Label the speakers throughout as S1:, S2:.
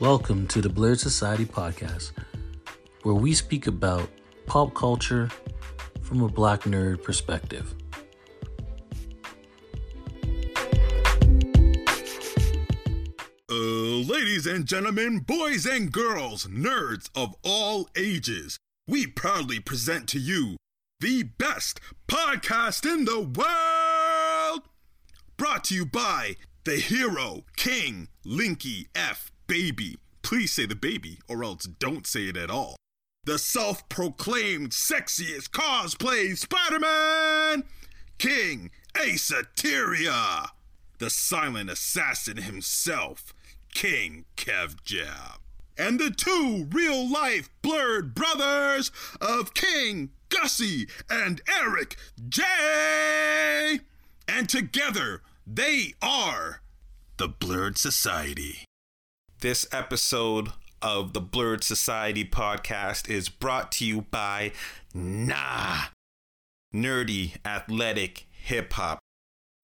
S1: Welcome to the Blurred Society podcast, where we speak about pop culture from a black nerd perspective.
S2: Uh, ladies and gentlemen, boys and girls, nerds of all ages, we proudly present to you the best podcast in the world! Brought to you by the hero, King, Linky F. Baby. Please say the baby, or else don't say it at all. The self proclaimed sexiest cosplay Spider Man, King Asateria the silent assassin himself, King Kev Jab. And the two real life blurred brothers of King Gussie and Eric J. And together they are the Blurred Society.
S3: This episode of the Blurred Society podcast is brought to you by Nah, nerdy athletic hip hop.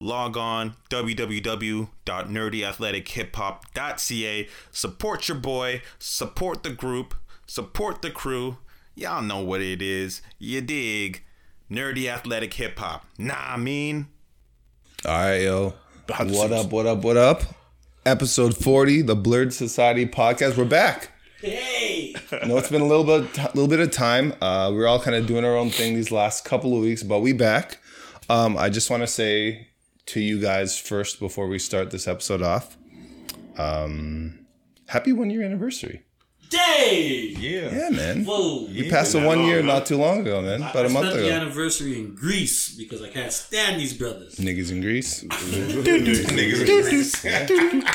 S3: Log on www.nerdyathletichiphop.ca. Support your boy, support the group, support the crew. Y'all know what it is. You dig. Nerdy athletic hip hop. Nah, I mean.
S4: All right, yo. What up, what up, what up? Episode 40, the Blurred Society podcast. We're back. Hey! no, it's been a little bit a little bit of time. Uh, we're all kind of doing our own thing these last couple of weeks, but we back. Um, I just want to say to you guys first before we start this episode off, um, happy one year anniversary.
S1: Day!
S3: Yeah.
S4: Yeah, man. Oh,
S1: Whoa!
S4: You passed the one year not too long ago, man. About a month
S1: the
S4: ago.
S1: anniversary in Greece because I can't stand these brothers.
S4: Niggas in Greece.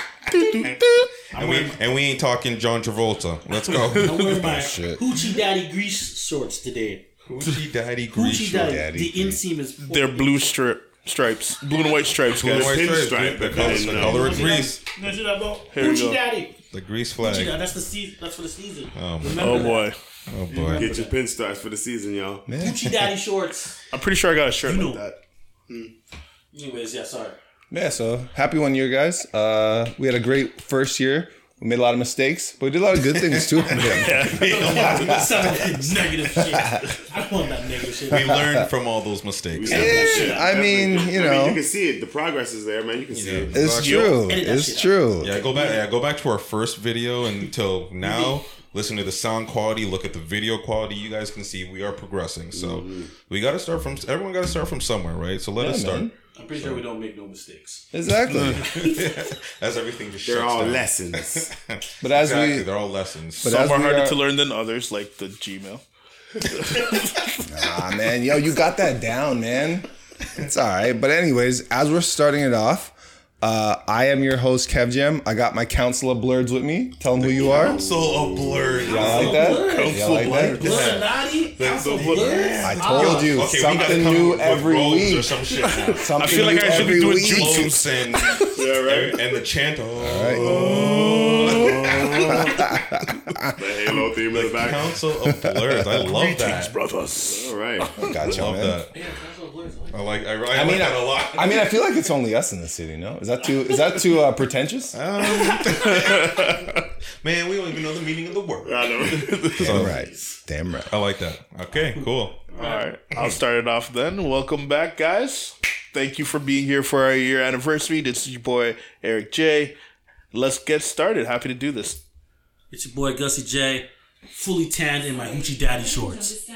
S5: And we, and we ain't talking John Travolta. Let's
S1: I'm
S5: go.
S1: wearing my
S4: Bullshit.
S1: Hoochie Daddy Greece shorts today.
S5: Gucci Daddy
S1: Hoochie
S5: Grease.
S1: Daddy.
S4: Daddy
S1: the
S4: Grease.
S1: inseam is.
S6: They're blue strip stripes, blue and white stripes,
S5: Blue
S6: guys.
S5: and white
S6: Pin
S5: stripes,
S6: stripe,
S5: the
S6: if
S5: color-
S6: you didn't
S5: the
S6: know.
S5: color of Greece.
S6: Here we
S1: Hoochie
S6: go.
S1: Daddy.
S5: The Grease
S1: You know,
S5: flag.
S1: that's the season. That's for the season.
S5: Oh, my-
S1: Remember
S6: Oh
S1: that.
S6: boy,
S5: Oh, boy.
S6: get your pin stripes for the season, y'all.
S1: Gucci Daddy shorts.
S6: I'm pretty sure I got a shirt
S1: You
S6: like
S1: know.
S6: that.
S1: Anyways, yeah, sorry.
S4: Yeah, so happy one year, guys. Uh, we had a great first year. We made a lot of mistakes, but we did a lot of good things too. Oh,
S1: Some of the negative shit. I don't want that negative shit.
S5: We learned from all those mistakes.
S4: I mean, you
S6: I mean,
S4: know,
S6: you can see it. The progress is there, man. You can see it.
S4: it's
S5: Yo.
S4: true.
S1: Edit that shit
S4: It's
S1: out.
S4: true.
S5: Yeah, go back. Yeah, go back to our first video until now. Listen to the sound quality. Look at the video quality. You guys can see we are progressing. So
S4: Mm-hmm.
S5: we got to start from. Everyone got to start from somewhere, right? So let us start.
S4: man.
S1: I'm pretty sure we don't make no mistakes.
S4: Exactly.
S5: Mm. As everything just.
S6: They're
S5: shuts
S6: all
S5: down.
S6: lessons.
S4: But as
S5: exactly,
S4: we-
S5: they're all lessons.
S4: But
S6: Some
S4: as
S6: are
S4: we
S6: harder
S4: are-
S6: to learn than others, like the Gmail.
S4: Ah, man, yo, you got that down, man. It's all right. But anyways, as we're starting it off, uh, I am your host, Kev Jam. I got my council of blurs with me. Tell them who you are.
S5: so a blur.
S4: I like that.
S6: Council
S4: Yeah, I like
S6: of
S4: that.
S1: Illuminati? Council
S6: so-
S1: Blurs?
S4: I told you
S5: Okay, we gotta
S4: something
S5: come
S4: new
S5: with
S4: every
S5: robes Or
S4: week.
S5: some shit now.
S4: Something
S6: feel like
S4: new
S6: I should be
S4: every
S6: doing
S4: week.
S6: jutsu.
S5: Clothes and,
S6: Yeah, right.
S5: and the chant. Oh,
S6: The Halo theme in the back.
S5: Council of Blurs. I love that.
S6: All right.
S4: Gotcha,
S5: Love
S4: man.
S5: that.
S1: Yeah, Council of Blurs. I like
S5: I like. I, I,
S4: I
S5: like
S4: mean,
S5: that
S4: I-
S5: a lot.
S4: I mean, I feel like it's only us in the city. No, is that too? Is that too uh, pretentious? All
S5: Um, Man, we don't even know the meaning of the word.
S6: I know.
S4: right, damn right.
S5: I like that. Okay, cool.
S6: All right. I'll start it off then. Welcome back, guys. Thank you for being here for our year anniversary. This is your boy, Eric J. Let's get started. Happy to do this.
S1: It's your boy Gussie J, fully tanned in my Hoochie Daddy shorts.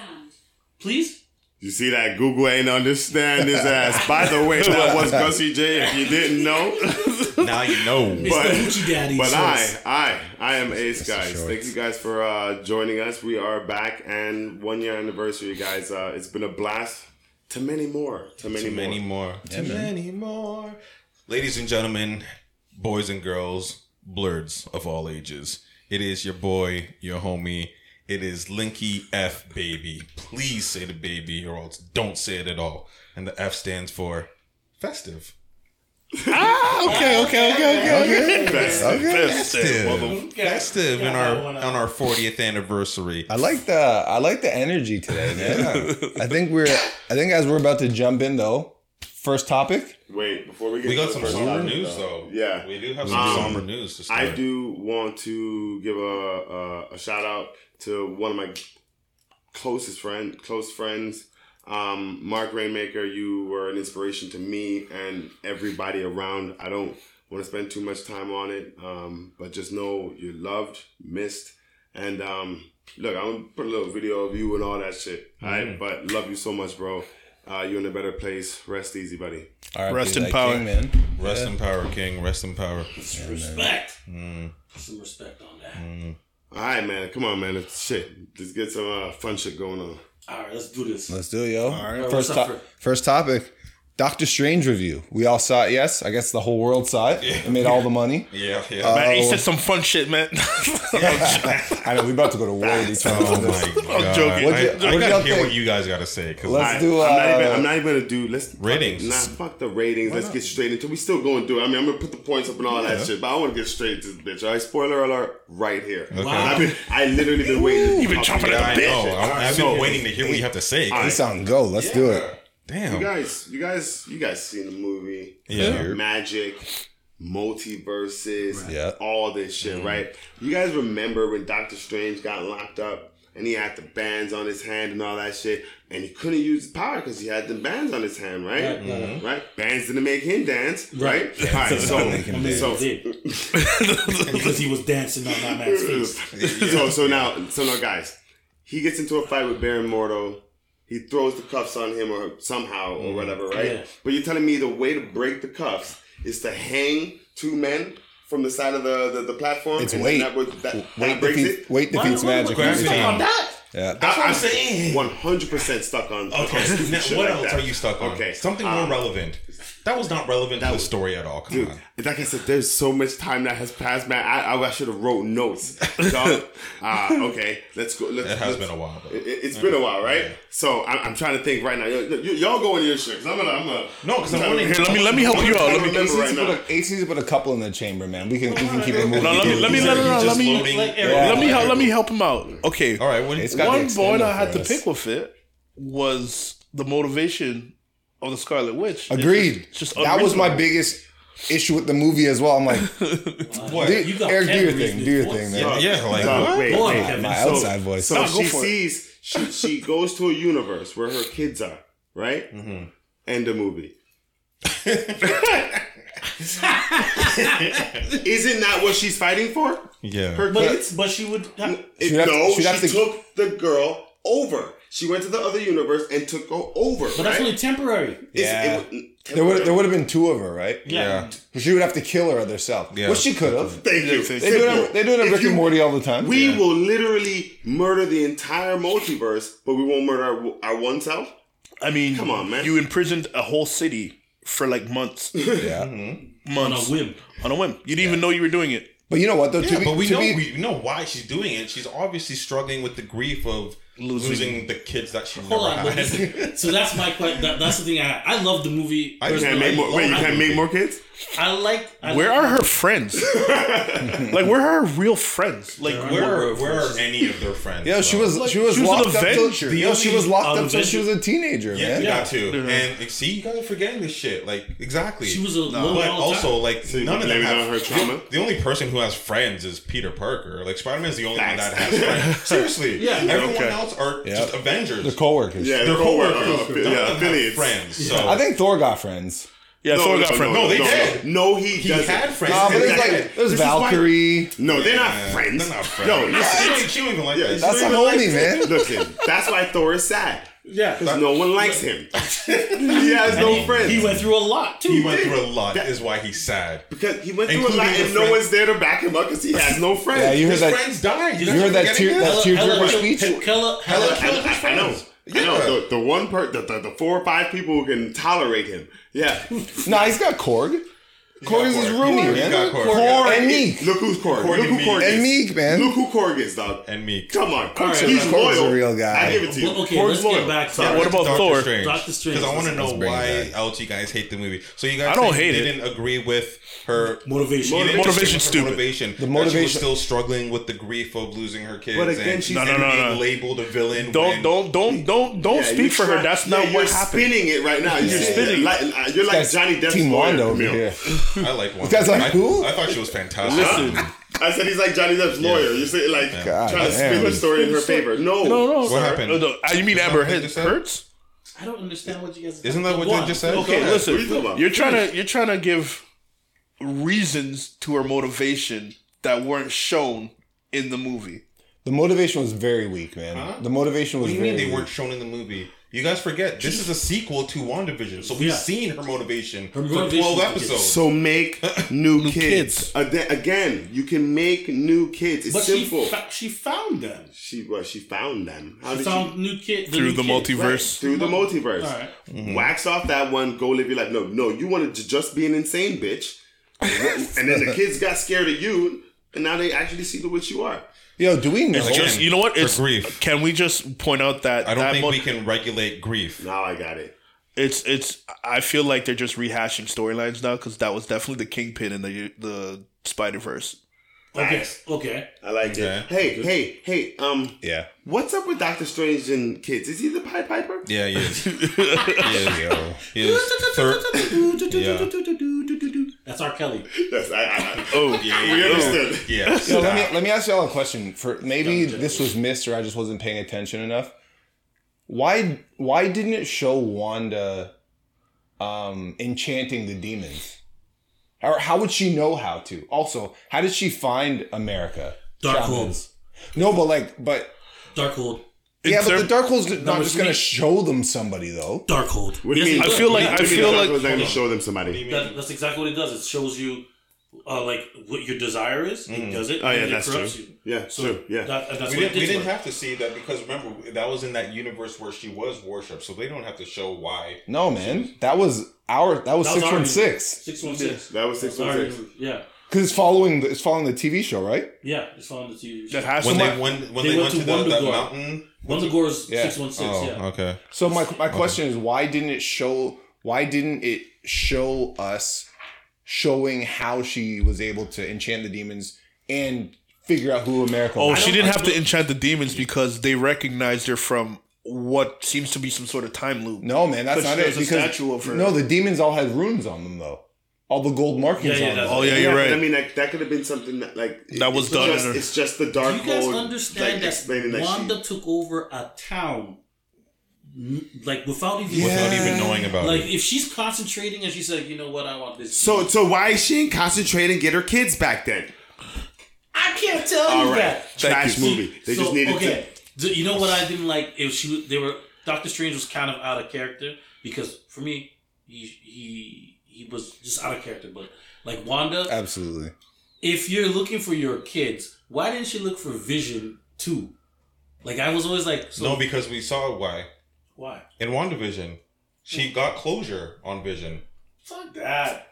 S1: Please?
S7: You see that Google ain't understand his ass. By the way, that was Gussie J. If you didn't know,
S5: Now you know.
S1: It's
S7: But-
S1: the Hoochie Daddy
S7: but
S1: shorts.
S7: I, I, I am Ace,
S4: the
S7: guys.
S4: shorts.
S7: Thank you guys for uh, joining us. We are back and one year anniversary, guys. Uh, it's been a blast. To many more. To many
S5: Too
S7: more.
S5: many more. Too many more. Ladies and gentlemen, boys and girls, blurs of all ages. It is your boy, your homie. It is Linky F baby. Please say the baby or else don't say it at all. And the F stands for festive.
S4: Okay, okay, okay, okay, okay.
S5: Festive. Festive in our
S1: that one out.
S5: on our 40th anniversary.
S4: I like the I like the energy today, man. I think we're I think as we're about to jump in though, First topic?
S7: Wait, before we get
S5: We
S7: to
S5: got
S7: the
S5: some
S7: first
S5: somber
S7: topic,
S5: news
S7: though.
S5: though.
S7: Yeah.
S5: we do have some
S7: Um,
S5: somber news. To
S7: I
S5: start.
S7: do want to give a, a a shout out to one of my closest friend close friends, um, Mark Rainmaker. You were an inspiration to me and everybody around. I don't want to spend too much time on it, um, but just know you're loved, missed, and um, look, I'm gonna put a little video of you and all that shit. All right,
S5: Mm.
S7: but love you so much, bro. Uh, you're in a better place. Rest easy, buddy.
S4: All right,
S6: Rest
S4: dude,
S6: in
S4: that
S6: power.
S4: king, man.
S5: Rest in power, King. Rest in power.
S1: Respect. Some respect on that.
S7: Mm. All right, man. Come on, man. It's shit. Let's get some uh, fun shit going on.
S1: All right, let's do this.
S4: Let's do it, yo.
S1: right,
S4: first,
S1: what's up
S4: to-
S1: for-
S4: first topic Doctor Strange review. We all saw it, yes. I guess the whole world saw it. It made all the money.
S5: Yeah, yeah.
S6: Man, he
S4: Oh.
S6: said some fun shit, man.
S4: I know, we're about to go to war with each other.
S5: Oh
S4: on
S5: my
S4: this.
S5: god!
S6: joking.
S4: What'd
S5: I,
S4: you-
S5: I
S4: what'd y'all
S5: gotta hear
S4: think?
S5: what you guys gotta say because
S4: Let's do uh,
S7: I'm not even. I'm not even gonna do. Let's
S5: Ratings.
S7: Nah, fuck the ratings. Let's get straight into. We still going to do it. I mean, I'm gonna put the points up and all that shit, but I want to get straight into this bitch. All right, spoiler alert, right here. I've been, I literally been waiting.
S6: You've been
S7: to
S6: chomping at
S7: talk to
S6: the
S7: you
S6: bit.
S7: guys.
S5: Oh, I'm, I've
S7: So,
S5: been waiting to hear what you have to say. 'cause-
S7: All
S4: This on go. Let's do it.
S5: Damn.
S7: You guys, you guys, you guys seen the movie?
S5: Yeah.
S7: Magic, multiverses,
S4: Yeah.
S7: all this shit, right? You guys remember when Doctor Strange got locked up and he had the bands on his hand and all that shit, and he couldn't use his power because he had the bands on his hand, right? Right. Bands didn't make him dance, right? All right. So, so
S1: because he was dancing on that man's face.
S7: so so now so now guys, he gets into a fight with Baron Mordo. He throws the cuffs on him or somehow
S5: Mm.
S7: or whatever, right?
S1: Yeah.
S7: But you're telling me the way to break the cuffs is to hang two men from the side of the the, the platform.
S4: It's
S7: and
S4: weight.
S7: That, would- that,
S4: Weight
S7: that breaks
S4: defeats,
S7: it.
S4: weight defeats magic.
S5: Gravity.
S4: Yeah.
S5: That's what I'm saying.
S7: One hundred percent stuck on.
S5: Okay.
S7: on
S5: now,
S7: shit
S5: what
S7: like
S5: else
S7: that.
S5: are you stuck on?
S7: Okay,
S5: Something
S7: um,
S5: more relevant. That was not relevant to the story at all. Come
S7: Dude,
S5: on.
S7: like I said, there's so much time that has passed, man. I, I, I should have wrote notes. dog. Ah, okay, let's go. Let's,
S5: It has
S7: let's-
S5: been a while. But...
S7: It, it's been a while, right? So I'm, I'm trying to think right now. Y- y- y'all go into your shit. 'cause I'm gonna. I'm gonna
S5: No, 'cause I'm
S7: trying to-
S5: wondering-
S6: Let me let me help you out. Let me
S7: remember right
S4: AC's
S7: now.
S4: put, a, AC's put a couple in the chamber, man. We can, we can keep it moving.
S6: no, let me let me let,
S5: He's
S6: no, no,
S5: just
S6: let me
S5: loading-
S6: let me help let me help him out. Okay,
S5: All right. When,
S4: It's got-
S6: one
S4: Extend
S6: point
S4: it
S6: I had
S4: for
S6: to
S4: us.
S6: pick with it was the motivation of the Scarlet Witch.
S4: Agreed.
S6: It's just
S4: that was my
S6: unreasonable.
S4: biggest issue with the movie as well. I'm like,
S5: what?
S4: dude,
S1: You got
S4: Eric, do your
S1: every
S4: thing. Do
S1: reason
S4: your
S1: to
S4: thing,
S1: voice
S4: man.
S5: Yeah. Like
S7: Dog,
S5: what?
S7: wait,
S1: Boy,
S7: wait.
S1: heaven.
S4: My
S1: So-
S4: outside voice.
S7: So
S6: Nah, go
S7: she
S6: for it.
S7: sees she she goes to a universe where her kids are, right?
S5: Mm-hmm.
S7: End of movie. Isn't that what she's fighting for?
S5: Yeah.
S7: Her
S1: But,
S7: kids?
S1: but she would. Have,
S7: It-
S4: She'd have-
S7: no,
S4: she'd
S7: she
S4: have to-
S7: took the girl over. She went to the other universe and took her over.
S1: but that's
S7: right?
S1: only temporary.
S4: Yeah.
S7: It's- it-
S4: There would there would have been two of her, right?
S1: Yeah.
S4: She would have to kill her other self.
S5: Yeah.
S4: Which she could have.
S7: Thank you.
S4: They do it. They do it at
S7: If
S4: Rick
S7: you-
S4: and Morty all the time.
S7: We will literally murder the entire multiverse, but we won't murder our, our one self.
S6: I mean,
S7: Come on, man.
S6: You imprisoned a whole city for like months,
S4: yeah.
S1: On a
S6: months
S1: whim.
S6: on a whim. You didn't even know you were doing it.
S4: But you know what though?
S5: Yeah,
S4: to be,
S5: but we
S4: to
S5: know
S4: be-
S5: we know why she's doing it. She's obviously struggling with the grief of
S6: Losing-
S5: losing, the kids that she never
S1: Hold on. But
S5: had.
S1: this, so that's my question. That, that's the thing. I, I love the movie.
S5: I can't
S7: Can't
S1: personally.
S7: make more, wait, you
S1: I-
S7: can't make more kids?
S1: I like. I
S6: Where
S1: like-
S6: are her friends? like, where are her real friends? Like,
S1: There
S6: where?
S5: Where where are any of their friends?
S4: Yo, she
S5: though?
S4: was she was
S6: she was an
S4: locked up. Till,
S6: Avenger.
S4: yo, she was locked up till
S1: Avenger.
S4: she was a teenager,
S5: Yeah,
S4: man.
S5: yeah, too. And like, see, you guys are forgetting this shit. Like, exactly.
S1: She was a loner
S5: But
S1: all the
S5: also,
S1: time.
S5: like,
S7: you
S5: none of them
S7: blame it
S5: have
S7: on her trauma?
S5: The, the only person who has friends is Peter Parker. Like, Spider Man's the only
S7: Facts.
S5: one that has friends. Seriously.
S1: Yeah.
S5: Everyone else are just Avengers.
S4: The coworkers.
S7: Yeah,
S5: They're
S7: they're
S5: coworkers.
S7: co-workers.
S5: None of them
S7: Yeah,
S5: have
S7: affiliates.
S5: friends. So
S4: I think Thor got friends.
S6: Yeah, Thor got friends.
S5: no, they
S7: no,
S5: did.
S7: No, he,
S5: he
S7: doesn't.
S5: had friends.
S4: Nah, but there's
S7: Exactly.
S4: Um, like there's
S7: This is why-
S4: Valkyrie.
S7: No, they're not
S5: Yeah,
S7: friends.
S5: They're
S7: Yo,
S5: not friends.
S7: listen,
S5: She ain't- she ain't even like
S7: Yeah,
S5: that.
S4: That's
S5: She
S4: a
S5: ain't even like
S4: homie, man.
S7: listen, that's why Thor is sad.
S1: Yeah.
S7: Because no one likes him. he has no friends.
S1: He went through a lot too.
S5: He went through a lot. Is why he's sad.
S7: because he went through a
S5: Including
S7: lot
S5: the
S7: and no
S5: friend-
S7: one's there to back him up because he has no friends.
S4: Yeah, you heard
S5: His
S4: that.
S5: friends died.
S4: You heard that tear that tearjerker speech.
S1: Hella,
S5: Hella
S1: hella,
S5: killed
S1: hella,
S5: his
S7: I know.
S5: friends.
S7: I know
S5: Yeah.
S7: the, the one per the, the, the four or five people who can tolerate him. Yeah,
S4: Nah, he's got Korg. Corgis is Rooney,
S5: You
S4: man.
S5: got Corey.
S4: Corey. And Meek.
S7: Look who's Korg.
S5: Korg
S7: Look
S5: and
S7: who Korg
S5: Meek.
S7: is.
S4: And Meek, man.
S7: Look who Korg is, dog.
S5: And Meek.
S7: Come on, Korg.
S5: right,
S7: he's
S4: Korg's
S7: loyal.
S4: a real guy.
S7: I give it to you.
S1: Well, okay,
S7: Korg's
S1: let's get
S7: loyal.
S1: back to-
S6: Yeah, what about
S5: Doctor
S6: Thor?
S5: Strange.
S1: Doctor Strange.
S5: Because I want to
S1: Let's-
S5: know
S1: let's
S4: bring it
S5: why
S4: back.
S5: LG guys hate the movie. So you guys
S6: I don't
S5: said
S6: hate
S5: you
S6: it.
S5: didn't agree with her
S1: Motivation.
S5: You didn't
S6: Motivation
S5: agree with her
S6: stupid.
S5: Motivation. The motivation.
S4: motivation-
S5: She was still struggling with the grief of losing her kids.
S7: But again,
S5: and
S7: she's-
S5: she's
S7: No,
S6: no, no,
S5: being
S6: no.
S5: labeled a villain.
S6: Don't
S5: when-
S6: don't don't don't don't
S7: Yeah,
S6: speak for
S7: you're
S6: her.
S7: try-
S6: That's
S7: yeah,
S6: not
S7: you're
S6: what happened.
S7: spinning it right now. You're spinning. Like, uh, you're like
S4: That's
S7: Johnny Depp's
S4: Team
S7: lawyer.
S4: Wanda over
S7: Camille.
S4: here.
S5: I like one.
S4: That's like
S5: I,
S4: who?
S5: I thought she was fantastic.
S6: Listen.
S7: I said he's like Johnny Depp's lawyer. You're saying like
S4: God
S7: trying to
S4: damn.
S7: spin the story in her favor. No,
S6: No, no.
S5: What
S6: sir.
S5: happened?
S6: No, no. Ah, You mean Amber
S5: happened just now?
S6: Hurts?
S1: I don't understand what you guys.
S5: Isn't that
S1: Go
S5: what they
S1: on.
S5: just said?
S1: Okay,
S5: Go
S6: Okay,
S5: ahead.
S6: listen.
S7: What are you talking about?
S6: You're trying to you're trying to give reasons to her motivation that weren't shown in the movie.
S4: The motivation was very weak, man. The motivation was
S5: What do you
S4: very
S5: mean they
S4: weak.
S5: weren't shown in the movie? You guys forget this is a sequel to WandaVision, so we've
S1: Yeah.
S5: seen her motivation
S1: Her
S5: for
S1: motivation
S5: twelve
S1: to get-
S5: episodes.
S7: So make new,
S6: kids.
S7: kids. Ada- Again, you can make new kids. It's
S1: But she,
S7: simple. She,
S1: fa- she found them.
S7: well, she found them. How
S1: She
S7: did
S1: found
S7: she?
S1: new kids
S6: Through the
S1: multiverse.
S7: Right,
S6: Verse.
S7: through the multiverse.
S1: All right.
S7: Wax off that one. Go live your life. No, no. You wanted to just be an insane bitch, and then the kids got scared of you, and now they actually see the witch you are.
S4: Yo, do we know?
S6: It's just you know what?
S5: for
S6: It's
S5: grief.
S6: Can we just point out that
S5: I don't
S6: that
S5: think
S6: mo-
S5: we can regulate grief.
S7: Now I got it.
S6: it's it's I feel like they're just rehashing storylines now because that was definitely the kingpin in the the Spider Verse.
S1: Okay.
S7: Facts.
S1: Okay.
S7: I like it. Hey, hey, hey. Um,
S4: yeah.
S7: what's up with Doctor Strange and kids? Is he the Pied Piper?
S5: Yeah, he is. he is. He is. Thir- yeah.
S1: That's R. Kelly.
S7: Yes, I, I, I,
S6: Oh yeah,
S7: we understood.
S5: Yeah.
S4: So let me let me ask y'all a question. For maybe this was missed or I just wasn't paying attention enough. Why why didn't it show Wanda um enchanting the demons? Or how would she know how to? Also, how did she find America?
S1: Dark
S4: Shaman's. No, but like but
S1: Darkhold.
S4: yeah, but the
S6: there-
S4: Darkhold's not
S1: but
S4: just
S1: she-
S4: gonna show them somebody though.
S1: Darkhold.
S7: What do you mean?
S6: I feel like-
S7: What
S6: I
S7: do you mean
S6: feel like-
S7: the Dark Lord's not gonna show them somebody.
S1: That, that's exactly what it does. It shows you, uh, like what your desire is. It does it.
S6: Oh,
S1: and
S6: yeah,
S1: it
S6: that's
S1: corrupts
S6: true.
S1: You.
S7: Yeah,
S1: So
S7: true. Yeah.
S1: that, that's
S5: We
S1: what it
S5: didn't,
S1: did
S5: we
S1: to
S5: didn't
S1: her.
S5: have to see that because remember that was in that universe where she was worshipped, so they don't have to show why.
S4: No man. That was our that was
S1: That was
S4: six one
S1: already-
S4: six.
S1: Six one six.
S7: That was six one
S1: Sorry.
S7: six.
S1: Yeah.
S4: Because it's following the, it's following the TV show, right?
S1: Yeah. It's on the TV.
S6: that has
S5: When
S6: to.
S5: they when when they, went, to, the, that
S1: Wondergore.
S5: mountain.
S1: One of the gores
S4: Yeah.
S1: six one six. Yeah.
S5: okay.
S4: So my my question is why didn't it show why didn't it show us showing how she was able to enchant the demons and figure out who America
S6: Oh,
S4: was?
S6: she
S1: don't-
S6: didn't
S1: I
S6: have to enchant the demons because they recognized her from what seems to be some sort of time loop.
S4: No man, that's
S6: But
S4: not
S6: she
S4: it.
S6: has a
S4: because-
S6: statue of her.
S4: No, the demons all had runes on them though. All the gold markings
S1: Yeah, yeah,
S4: on
S1: that's-
S4: them.
S6: Oh yeah, you're
S7: but
S6: right.
S7: I mean, like, that could have been something that, like,
S6: That was
S7: it's
S6: done
S7: Just,
S6: in a-
S7: it's just the
S1: Do
S7: dark
S1: you guys
S7: Lord,
S1: understand
S7: like, explaining
S1: that
S7: that
S1: Wanda
S7: she,
S1: took over a town, n- like without even
S5: Without even knowing about
S1: Like
S5: it.
S1: if she's concentrating and she's like, you know what, I want this.
S7: so, so why is she in concentrate and get her kids back then?
S1: I can't tell
S7: All
S1: you
S7: right,
S1: that.
S7: trash
S1: See,
S7: movie. They
S1: so,
S7: just needed
S1: okay. Do- you know what I didn't like? If she, was- they were Doctor Strange was kind of out of character because for me, he he he was just out of character. But like Wanda,
S4: Absolutely.
S1: if you're looking for your kids, why didn't she look for Vision too? Like I was always like, so
S5: No, because we saw why
S1: why?
S5: in WandaVision, she got closure on Vision.
S1: Fuck that.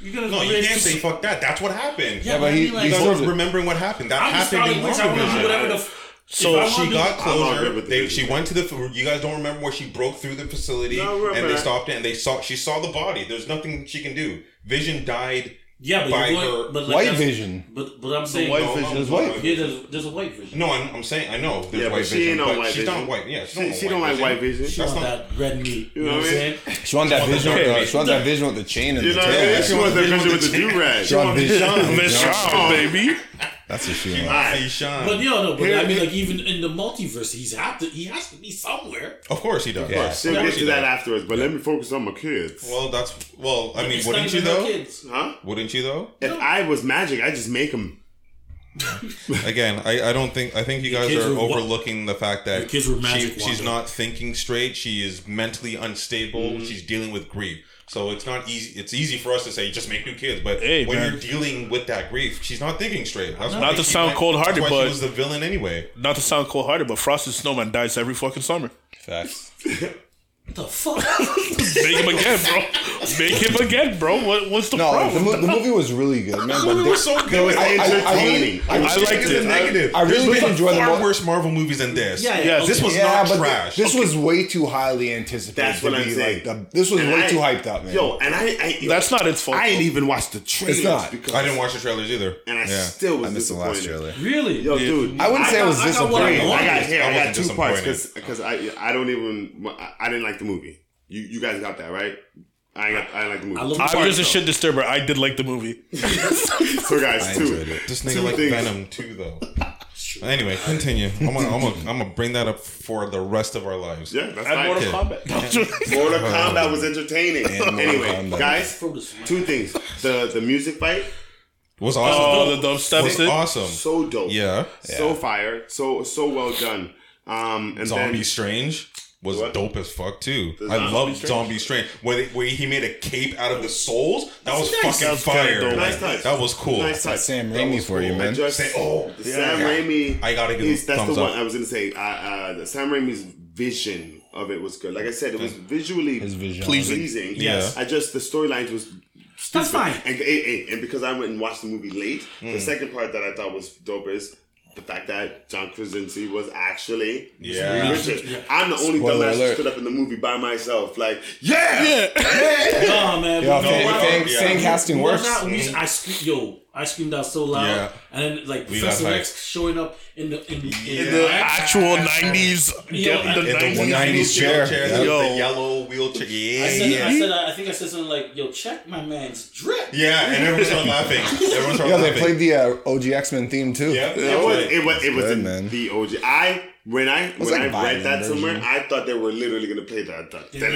S1: You're gonna
S5: No, you can't say fuck that. That's what happened.
S1: Yeah,
S4: but
S1: but I
S4: he-
S1: mean, like,
S4: he's
S5: That's
S4: still-
S5: what- remembering what happened. That
S1: I'm just probably
S5: happened in
S1: which I want to do whatever the.
S5: WandaVision.
S1: F-
S6: So
S1: if I
S5: She
S1: wanna do-
S5: got
S7: I'm not
S5: closure.
S7: good with the
S5: They,
S7: vision.
S5: she went to the. You guys don't remember where she broke through the facility
S7: No, I remember
S5: and they
S7: that.
S5: stopped it and they saw. She saw the body. There's nothing she can do. Vision died.
S1: yeah, but
S5: by
S1: you're going,
S5: her
S1: but like
S4: White
S1: that's-
S4: vision.
S1: But but I'm saying
S6: white
S1: no,
S6: vision
S4: is white.
S1: Yeah, there's, there's a white vision.
S5: No, I'm, I'm saying I know. There's
S7: Yeah, but
S5: white
S7: she
S5: vision,
S7: ain't on
S5: but
S7: white
S5: she's
S7: vision.
S5: not white. Yeah,
S7: She- she don't like white vision.
S1: She
S5: That's
S1: want
S5: not.
S1: that red meat. You
S7: know
S1: know what I'm
S7: what I mean?
S1: saying?
S4: She wanted that
S5: She wants
S4: vision
S5: the
S4: with the,
S5: vision.
S4: she wanted that vision with the chain and
S7: You
S4: the
S7: know what I mean?
S4: tail.
S7: She wants that
S5: Vision
S7: vision
S5: with
S7: with the
S5: the
S7: do rag.
S4: She wanted vision.
S6: Vishon, baby.
S4: That's what she wants.
S5: I see Sean.
S1: But you know, no, but
S7: Here-
S1: I mean, like even in the multiverse, he's have to. He has to be somewhere.
S5: Of course he does.
S4: Yeah.
S5: Of course.
S7: We'll
S5: Of
S7: get
S5: course
S7: to
S5: he
S7: that
S5: does.
S7: afterwards, but let me focus on my kids.
S5: Well, that's well. I mean,
S1: It's not
S5: wouldn't you
S1: even her
S5: though?
S1: Kids.
S7: huh?
S5: Wouldn't you though?
S7: If I was magic, I just make them.
S5: Again, I, I don't think I think you guys
S1: kids
S5: are
S1: were wa-
S5: overlooking the fact
S1: Your
S5: that
S1: kids were magic
S5: she, she's
S1: wand.
S5: not thinking straight. She is mentally unstable.
S1: Mm-hmm.
S5: She's dealing with grief, so it's not easy. It's easy for us to say just make new kids, but
S6: Hey,
S5: when
S6: man.
S5: you're dealing with that grief, she's not thinking straight. That's why
S6: Not to
S5: she
S6: sound
S5: went-
S6: cold-hearted,
S5: that's
S6: but-
S5: why she was the villain anyway.
S6: Not to sound cold hearted, but Frosted Snowman dies every fucking summer.
S4: Facts.
S1: What the fuck?
S6: Make him again, bro. Make him again, bro. What, what's the
S4: No, the,
S6: problem?
S4: mo- the movie was really good, man.
S5: The
S4: but
S5: movie
S4: they-
S5: was so good.
S4: there was- I- I- I-
S7: Entertaining.
S4: I-
S6: I liked it. I-
S5: negative.
S4: I really
S5: There's been
S4: enjoyed the
S5: far
S4: Marvel-
S5: worse Marvel movies than this.
S1: Yeah, yeah.
S6: Yes,
S5: This was
S4: yeah,
S5: not
S4: but
S5: trash.
S4: thi- this was way too highly anticipated.
S7: That's
S4: to
S7: what I'm
S4: be,
S7: saying.
S4: Like, the, this was
S7: And
S4: way
S7: I-
S4: too hyped up, man.
S7: Yo, and I, I yo,
S6: That's not its fault.
S7: I ain't even watched the trailers
S4: not.
S7: because
S5: I didn't watch the trailers either.
S7: and I
S5: yeah.
S7: still
S4: I
S7: was
S4: missed the
S7: disappointed.
S4: last trailer.
S1: Really?
S7: Yo, dude,
S4: I wouldn't say I
S7: got-
S4: was
S7: got what
S1: disappointed.
S7: I, got
S1: I
S7: here. I got
S5: wasn't
S7: two parts
S5: disappointed.
S7: because I I don't even I- I didn't like the movie. You you guys got that right? I ain't got I didn't like the movie.
S1: I love
S6: I'm
S1: parts,
S6: just a
S1: though.
S6: shit disturber. I did like the movie.
S7: so guys,
S5: enjoyed
S7: two.
S5: it. This
S7: two
S5: nigga like
S7: things.
S5: Venom too, though. anyway, continue. I'm gonna, I'm gonna, I'm gonna bring that up for the rest of our lives.
S7: Yeah, that's
S6: And
S7: fine.
S6: Mortal
S7: Mortal,
S6: Kombat.
S5: Oh,
S7: Kombat was entertaining.
S4: Mortal
S7: anyway,
S4: Kombat.
S7: guys,
S1: Throw this one.
S7: two things. The the music fight
S5: Was
S6: Oh,
S5: awesome.
S6: the dubstep.
S5: was
S6: shit.
S5: awesome.
S7: so dope.
S5: yeah.
S7: so fire, so so well done. Um, and
S5: Zombie
S7: then
S5: Strange was
S7: What?
S5: dope as fuck too.
S7: The
S5: I
S7: Zombie
S5: love Zombie Strange. Where, they, where he made a cape out of the souls. That was
S6: nice.
S5: fucking
S6: That's kinda
S5: fire.
S6: dope.
S5: Like,
S7: Nice touch.
S5: That was cool.
S7: nice touch.
S4: Sam
S7: That
S4: Raimi
S7: was
S4: for you, man.
S7: And Just,
S5: Say, oh,
S7: the Sam
S5: yeah.
S7: Raimi.
S5: I gotta give
S7: he's-
S5: him
S7: That's
S5: thumbs
S7: the one
S5: up.
S7: I was gonna say. Uh, uh, the Sam Raimi's vision of it was good. Like I said, it was visually
S4: His vision.
S7: pleasing.
S5: Yeah.
S7: I just the storylines was.
S1: That's
S7: stupid.
S1: fine.
S7: And, and- and- and because I went and watched the movie late, the second part that I thought was dope is the fact that John Krasinski was actually
S5: Yeah.
S7: Richard. I'm the only
S4: Spoiler
S7: dumbass
S4: alert.
S7: who stood up in the movie by myself. Like,
S5: Yeah.
S1: Nah, man.
S4: Yeah,
S1: we-
S4: fan-
S1: we-
S5: no,
S4: fan-
S5: yeah.
S4: fan casting
S1: we
S4: works.
S1: was out- we- I screamed, yo, I screamed out so loud,
S5: Yeah.
S1: and then like
S5: We got
S1: Professor
S5: hyped.
S1: X showing up in the in, in,
S6: The actual 90s.
S1: Yeah.
S6: Yeah, the
S5: And
S6: 90s.
S5: the
S4: nineties
S5: wheelchair,
S4: chair.
S5: the-
S6: Yo.
S5: the yellow wheelchair. Yeah,
S1: I said,
S5: yeah.
S1: I said, I think I said something like, "Yo, check my man's drip."
S5: Yeah, and everyone started laughing. Everyone started
S4: Yeah, they
S5: laughing.
S4: played the uh, OG X Men theme too.
S5: Yeah,
S7: it was it was it was
S4: good,
S7: in
S4: man.
S7: the OG. I when I when
S4: like
S7: I read
S4: violin
S7: that somewhere,
S4: version.
S7: I thought they were literally gonna play that. I thought,
S1: Oh, it was
S6: Yeah.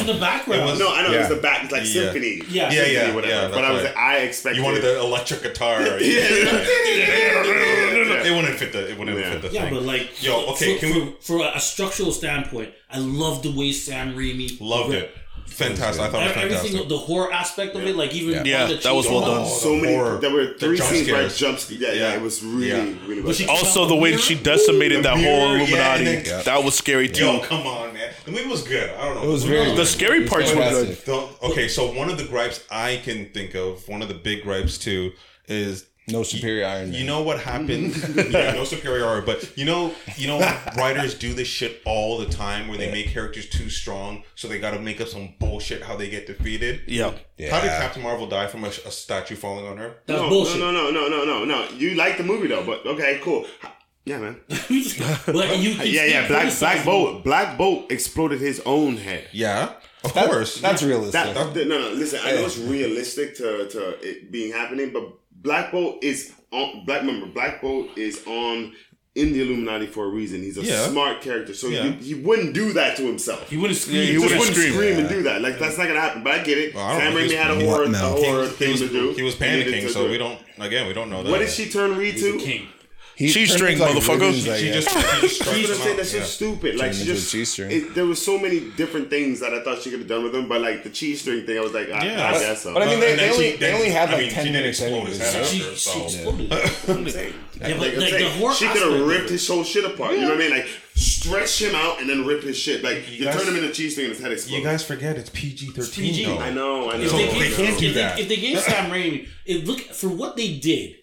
S1: in the background.
S7: No, I know it was
S4: Yeah.
S7: the back. It's like
S5: Yeah.
S7: symphony.
S1: Yeah.
S5: Yeah,
S7: symphony,
S5: yeah,
S7: whatever.
S5: yeah,
S7: but I was,
S5: that's right.
S7: I expected.
S5: You wanted the electric guitar. Yeah. It wouldn't fit the. It wouldn't
S7: Yeah.
S5: fit the
S1: yeah,
S5: thing.
S1: but like,
S5: Yo, okay,
S1: for,
S5: can
S1: for,
S5: we-
S1: for a structural standpoint, I love the way Sam Raimi
S5: Loved
S1: re-
S5: it. Fantastic. I thought it was
S1: Everything,
S5: fantastic.
S1: the horror aspect of it, like even
S6: Yeah,
S1: on the
S6: that was well
S1: cheek-
S6: done.
S5: Oh,
S7: so
S5: the
S7: many.
S5: horror.
S7: There were
S5: The
S7: three
S5: jump
S7: scenes where I
S5: scares.
S7: jumped. Yeah, yeah,
S5: Yeah.
S7: It was really,
S5: Yeah.
S7: really. Well
S1: But she-
S7: done.
S6: Also, the way that she decimated that whole
S5: mirror, yeah,
S6: Illuminati.
S5: and then-
S6: That was scary, too.
S5: Yo, come on, man. The movie was good. I don't know.
S4: It was very
S6: The scary parts were good.
S4: Fantastic.
S5: The- okay, so one of the gripes I can think of, one of the big gripes too, is
S4: No superior Iron Man.
S5: You know what happened? yeah, no superiority, but you know, you know, writers do this shit all the time where they make characters too strong, so they got to make up some bullshit how they get defeated.
S6: Yeah.
S5: How did Captain Marvel die from a, a statue falling on her?
S1: That was
S7: no,
S1: bullshit.
S7: no, no, no, no, no, no. You like the movie though, but okay, cool. Yeah, man.
S1: but you can
S7: Yeah, yeah.
S1: still
S7: Black
S1: criticize
S7: Black
S1: them.
S7: Bolt. Black Bolt exploded his own head.
S5: Yeah, of
S4: That-
S5: course.
S4: that's realistic.
S7: That, that- no, no. Listen, I know it's realistic to, to it being happening, but Black Bolt is on. Black remember, Black Bolt is on in the Illuminati for a reason. He's a
S5: Yeah.
S7: smart character, so
S5: Yeah.
S7: he, he wouldn't do that to himself.
S1: He wouldn't scream.
S6: he
S7: He just
S6: wouldn't
S7: wouldn't
S6: scream.
S7: scream, and do that. Like that's not gonna happen. But I get it.
S5: Well, I don't
S7: Sam
S5: know. He
S7: Raymond
S5: was-
S7: had a
S4: he-
S7: horror, a
S4: no.
S7: horror
S5: he
S7: thing
S5: was,
S7: to do.
S5: he was
S7: He needed
S5: panicking,
S7: to
S5: so
S7: do it.
S5: we don't. Again, we don't know that.
S7: What did she turn Reed to?
S1: King.
S4: He
S6: She
S4: turns
S6: string,
S4: like
S6: motherfucker.
S4: ribbons,
S5: She
S4: I guess.
S5: just. She just
S7: That's
S5: strikes
S7: what I'm
S5: him
S7: saying.
S5: out.
S7: That's just
S5: Yeah.
S7: stupid. Like
S4: Turned
S7: she
S4: into a
S7: just
S4: G-string.
S7: it- there were so many different things that I thought she could have done with them, but like the cheese string thing, I was like, I,
S5: Yeah.
S7: I
S5: But-
S7: guess so.
S4: but I mean, they-
S5: And then
S4: only-
S5: she-
S4: they only had,
S5: I
S4: like,
S5: mean,
S4: 10
S5: she didn't
S4: minutes
S5: explode his
S4: anyways.
S5: head
S1: She,
S5: after,
S1: she
S5: so-
S1: exploded. Yeah,
S7: I'm saying. Like
S1: but
S7: I'm
S1: like the
S7: saying,
S1: horror
S7: she could
S1: aspect
S7: have
S1: of
S7: ripped
S1: it.
S7: his whole shit apart. You know what I mean? Like stretch him out and then rip his shit. Like you
S5: guys-
S7: turn him into cheese string and his head explodes.
S5: You guys forget it's PG
S1: PG.
S5: thirteen.
S7: I know, I know.
S1: If they, gave,
S5: they can't do
S1: if they-
S5: that.
S1: if they gave Sam Raimi, if look for what they did.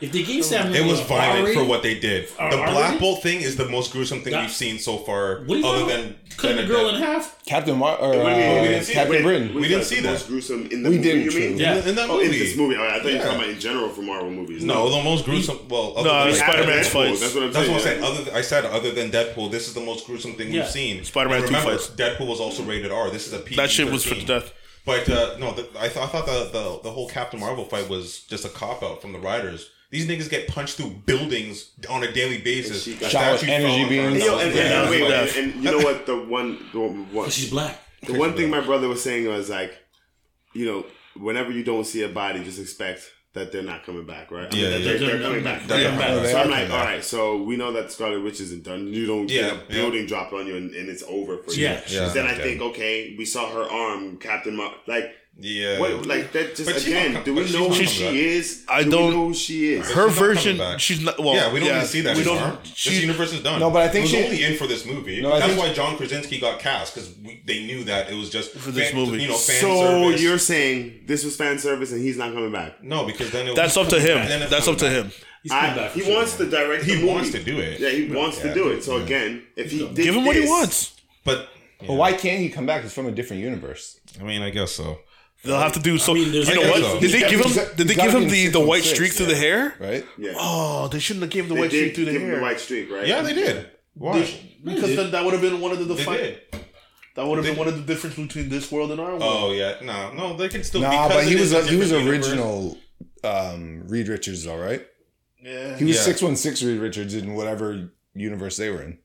S1: If they gave Sam Raimi,
S5: It was
S1: a
S5: violent
S1: R-rated-
S5: for what they did. The
S1: Are- are
S5: Black
S1: we-
S5: Bolt thing is the most gruesome thing
S1: That-
S5: we've seen so far,
S1: What do you
S5: other
S1: know?
S5: than
S1: cut
S5: than
S1: the
S5: a
S1: girl
S5: death.
S1: in half.
S4: Captain Mar or
S7: Wait, wait, wait,
S4: uh,
S7: we didn't see
S4: Captain
S7: that.
S4: Britain.
S5: We didn't
S7: That's
S5: see
S7: the
S5: that.
S7: Most gruesome in the
S4: We
S7: movie.
S4: didn't,
S7: You mean?
S4: true.
S1: Yeah.
S5: In that
S7: Oh, in
S5: movie.
S7: this movie. Oh, I thought you were
S5: Yeah.
S7: talking about in general for Marvel movies.
S5: No, the most gruesome. Well, other
S6: No,
S5: than-
S6: it's Spider-Man's
S7: Deadpool,
S6: fight.
S7: That's what I'm
S5: That's
S7: saying.
S5: what I'm saying. Other th- I said other than Deadpool, this is the most gruesome thing
S1: Yeah.
S5: we've seen.
S6: Spider-Man
S5: And
S6: two
S5: Remember,
S6: fights.
S5: Deadpool was also rated R. This is a PG.
S6: That shit was for the death.
S5: But uh, no, the, I, th- I thought the, the the whole Captain Marvel fight was just a cop out from the writers. These niggas get punched through buildings on a daily basis.
S7: she got-
S4: Shower
S5: Statue
S4: energy
S5: fell on her.
S4: beams.
S7: And, yo, and,
S5: Yeah,
S7: and,
S5: that was
S7: wait,
S5: like-
S7: wait, and, and you know what? The one, the one,
S1: But she's black.
S7: the one thing my brother was saying was like, you know, whenever you don't see a body, just expect that they're not coming back, right? I mean,
S5: Yeah,
S7: that
S5: yeah.
S7: they're,
S1: They're-
S7: they're
S1: they're
S7: coming
S1: not
S7: back.
S1: coming
S5: Yeah.
S1: back.
S5: Yeah.
S7: So I'm
S5: They're
S7: like,
S5: coming
S7: all
S5: back.
S7: right, so we know that Scarlet Witch isn't done. You don't
S5: Yeah,
S7: get a
S5: yeah.
S7: building dropped on you and, and it's over for you.
S1: Yeah.
S5: Yeah.
S7: Then I
S5: Okay.
S7: think, okay, we saw her arm, Captain Mar- like
S5: Yeah.
S7: What, like that just
S5: But she won't
S7: again,
S5: come-
S7: do
S5: but
S7: we
S5: she
S7: know
S5: won't
S7: who
S5: come
S7: she
S5: back.
S7: is?
S6: I
S7: do we
S6: don't-
S7: know who she is.
S6: Her
S5: not coming
S6: version,
S5: back.
S6: she's not. Well,
S5: yeah, we don't
S6: yeah,
S5: even see that.
S6: We
S5: We
S6: don't.
S5: This
S6: She,
S5: universe is done.
S4: No, but I think
S5: it was
S4: she-
S5: only in for this movie.
S4: No, I
S5: That's
S4: think-
S5: why John Krasinski got cast because they knew that it was just for
S6: this movie.
S5: You know, fan
S7: So
S5: service.
S7: you're saying this was fan service and he's not coming back?
S5: no, because then it
S6: that's up to
S5: Then
S6: him.
S5: it's
S6: That's up to
S5: coming
S6: him.
S1: He's coming
S7: I,
S1: back.
S7: he
S1: for sure,
S7: wants
S1: man.
S7: to direct.
S5: He
S7: the movie.
S5: wants to do it.
S7: Yeah, he wants
S5: yeah.
S7: to do it. So again, if he did
S6: Give him what he
S7: this-
S6: wants.
S5: But
S4: But why can't he come back? He's from a different universe.
S5: I mean, I guess so.
S6: They'll have to do so.
S1: mean, there's-
S6: you know
S5: I
S6: what?
S5: guess so.
S6: Did they
S4: He's
S6: give
S4: gotta
S6: him?
S4: be-
S6: Did they
S4: he's gotta
S6: give him
S4: be
S6: the,
S4: six
S6: the
S4: foot
S6: white
S4: six,
S6: streak through the hair?
S4: Right?
S7: Yeah,
S6: Oh, they shouldn't have gave him the
S7: they
S6: white streak
S7: did
S6: through the
S7: give him the
S6: hair.
S7: white streak, right?
S5: Yeah, they did. Why?
S6: Because then that would have been one of the
S5: They
S6: defi-
S5: did.
S6: that would have
S5: They-
S6: been one of the difference between this world and our world.
S5: Oh yeah, no, no, they can still.
S4: Nah,
S5: because
S4: but he
S5: it
S4: was
S5: is
S4: a, he was
S5: different universe-
S4: original um, Reed Richards, though, right?
S6: yeah.
S4: He was
S5: Yeah.
S4: six one six Reed Richards in whatever universe they were in.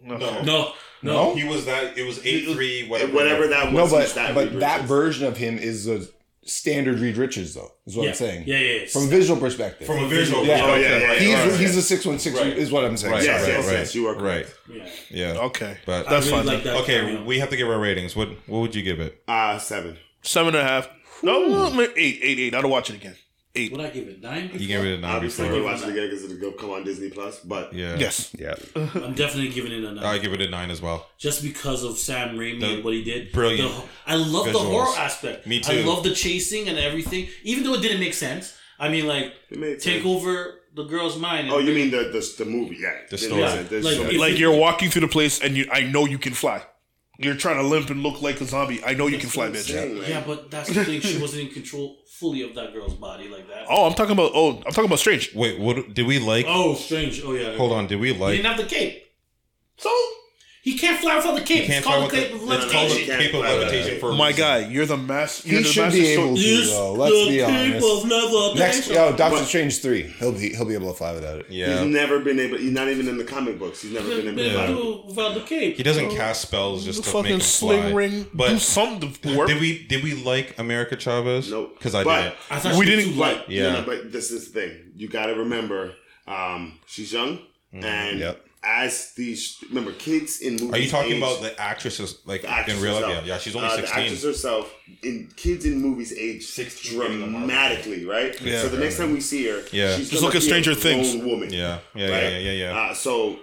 S5: No,
S1: No, no.
S5: he was that. It was eight three whatever.
S7: Whatever that
S4: No,
S7: was.
S4: but
S7: that
S4: but that
S7: reverses.
S4: version of him is the standard Reed Richards, though. Is what
S1: yeah.
S4: I'm saying.
S1: Yeah, yeah, yeah.
S4: From a visual perspective,
S5: from a visual.
S4: Yeah.
S5: perspective,
S7: Oh, yeah, yeah,
S5: right,
S4: he's
S5: right, right.
S4: he's a six one six
S5: Right.
S4: is what I'm saying.
S5: Right,
S4: Sorry.
S7: Yes,
S5: right,
S7: yes,
S5: right.
S7: yes. You are correct.
S5: right.
S1: yeah.
S5: Yeah,
S6: Okay.
S5: but
S1: I
S6: That's
S1: really
S6: fine.
S1: like that
S5: okay,
S1: cameo.
S5: we have to give our ratings. What what would you give it?
S7: Ah, seven.
S6: Seven and a half. No, no, eight, eight, eight. I'll watch it again. Eight.
S1: Would I give it nine?
S5: You gave it a nine
S7: Obviously,
S5: before.
S7: we watch it again because it'll go- come on Disney Plus. But
S5: Yeah,
S6: Yes.
S4: Yeah.
S1: I'm definitely giving it a nine.
S5: I give it a nine as well.
S1: just because of Sam Raimi
S5: The
S1: and what he did.
S5: brilliant
S1: The- I love the
S5: visuals.
S1: horror aspect.
S5: Me
S1: I
S5: too.
S1: love the chasing and everything, even though it didn't make sense. I mean, like
S7: it made
S1: take
S7: sense.
S1: over the girl's mind. and-
S7: Oh, you mean the the, the movie? Yeah,
S5: The
S7: Yeah,
S5: story.
S7: yeah, there's
S1: Like,
S7: so many-
S1: if-
S6: Like you're walking through the place and you, I know you can fly. You're trying to limp and look like a zombie. I know you can fly, bitch.
S7: Insane, like-
S1: yeah, but that's the thing. She wasn't in control fully of that girl's body like that.
S6: Oh, I'm talking about. Oh, I'm talking about Strange.
S5: Wait, what did we like?
S1: Oh, strange. Oh yeah.
S5: Hold on, did we
S1: He
S5: like?
S1: didn't have the cape, so he can't fly without the cape.
S5: You can't
S1: it's called
S5: find
S1: the
S5: what
S1: cape
S5: the,
S1: of
S5: it's called the
S1: levitation.
S7: Can't
S5: cape of
S7: find
S5: levitation for a
S6: My
S5: reason.
S6: guy, you're the master. You're
S4: He
S6: the
S4: should
S6: master
S4: be
S6: sword-
S4: able to,
S1: It's
S4: though. Let's
S1: the
S4: be
S1: cape
S4: honest.
S1: of levitation.
S4: Next, yo, Doctor
S7: But-
S4: Strange three. He'll be he'll be able to fly without it.
S5: Yeah,
S7: He's never been able. He's not even in the comic books. He's never been able.
S1: But
S7: to find it.
S1: do without the cape.
S5: he doesn't cast spells just
S6: the
S5: to make
S6: fucking
S5: him
S6: sling
S5: fly.
S6: ring. do
S5: But
S6: something to work.
S5: did we did we like America Chavez?
S7: Nope.
S5: because I
S7: But-
S5: did.
S1: I thought
S6: We
S1: she was
S6: didn't
S1: too
S7: But
S1: light.
S5: Yeah.
S7: yeah, but this is the thing. You got to remember, um, she's young, and
S4: Yep.
S7: as these remember kids in movies.
S5: Mm-hmm. Are you talking
S7: age-
S5: about the actresses like
S7: the actress
S5: in real life?
S7: herself?
S5: Yeah, yeah, she's only
S7: Uh, The actress
S5: sixteen.
S7: herself in kids in movies age
S5: 16,
S7: dramatically, right?
S5: Yeah.
S7: so the next time we see her,
S5: Yeah.
S7: she's
S6: Just
S7: gonna
S6: look at
S7: be a
S6: Stranger
S7: grown
S6: Things.
S7: Woman,
S5: Yeah, yeah,
S7: right?
S5: yeah, yeah, yeah, yeah.
S7: Uh, so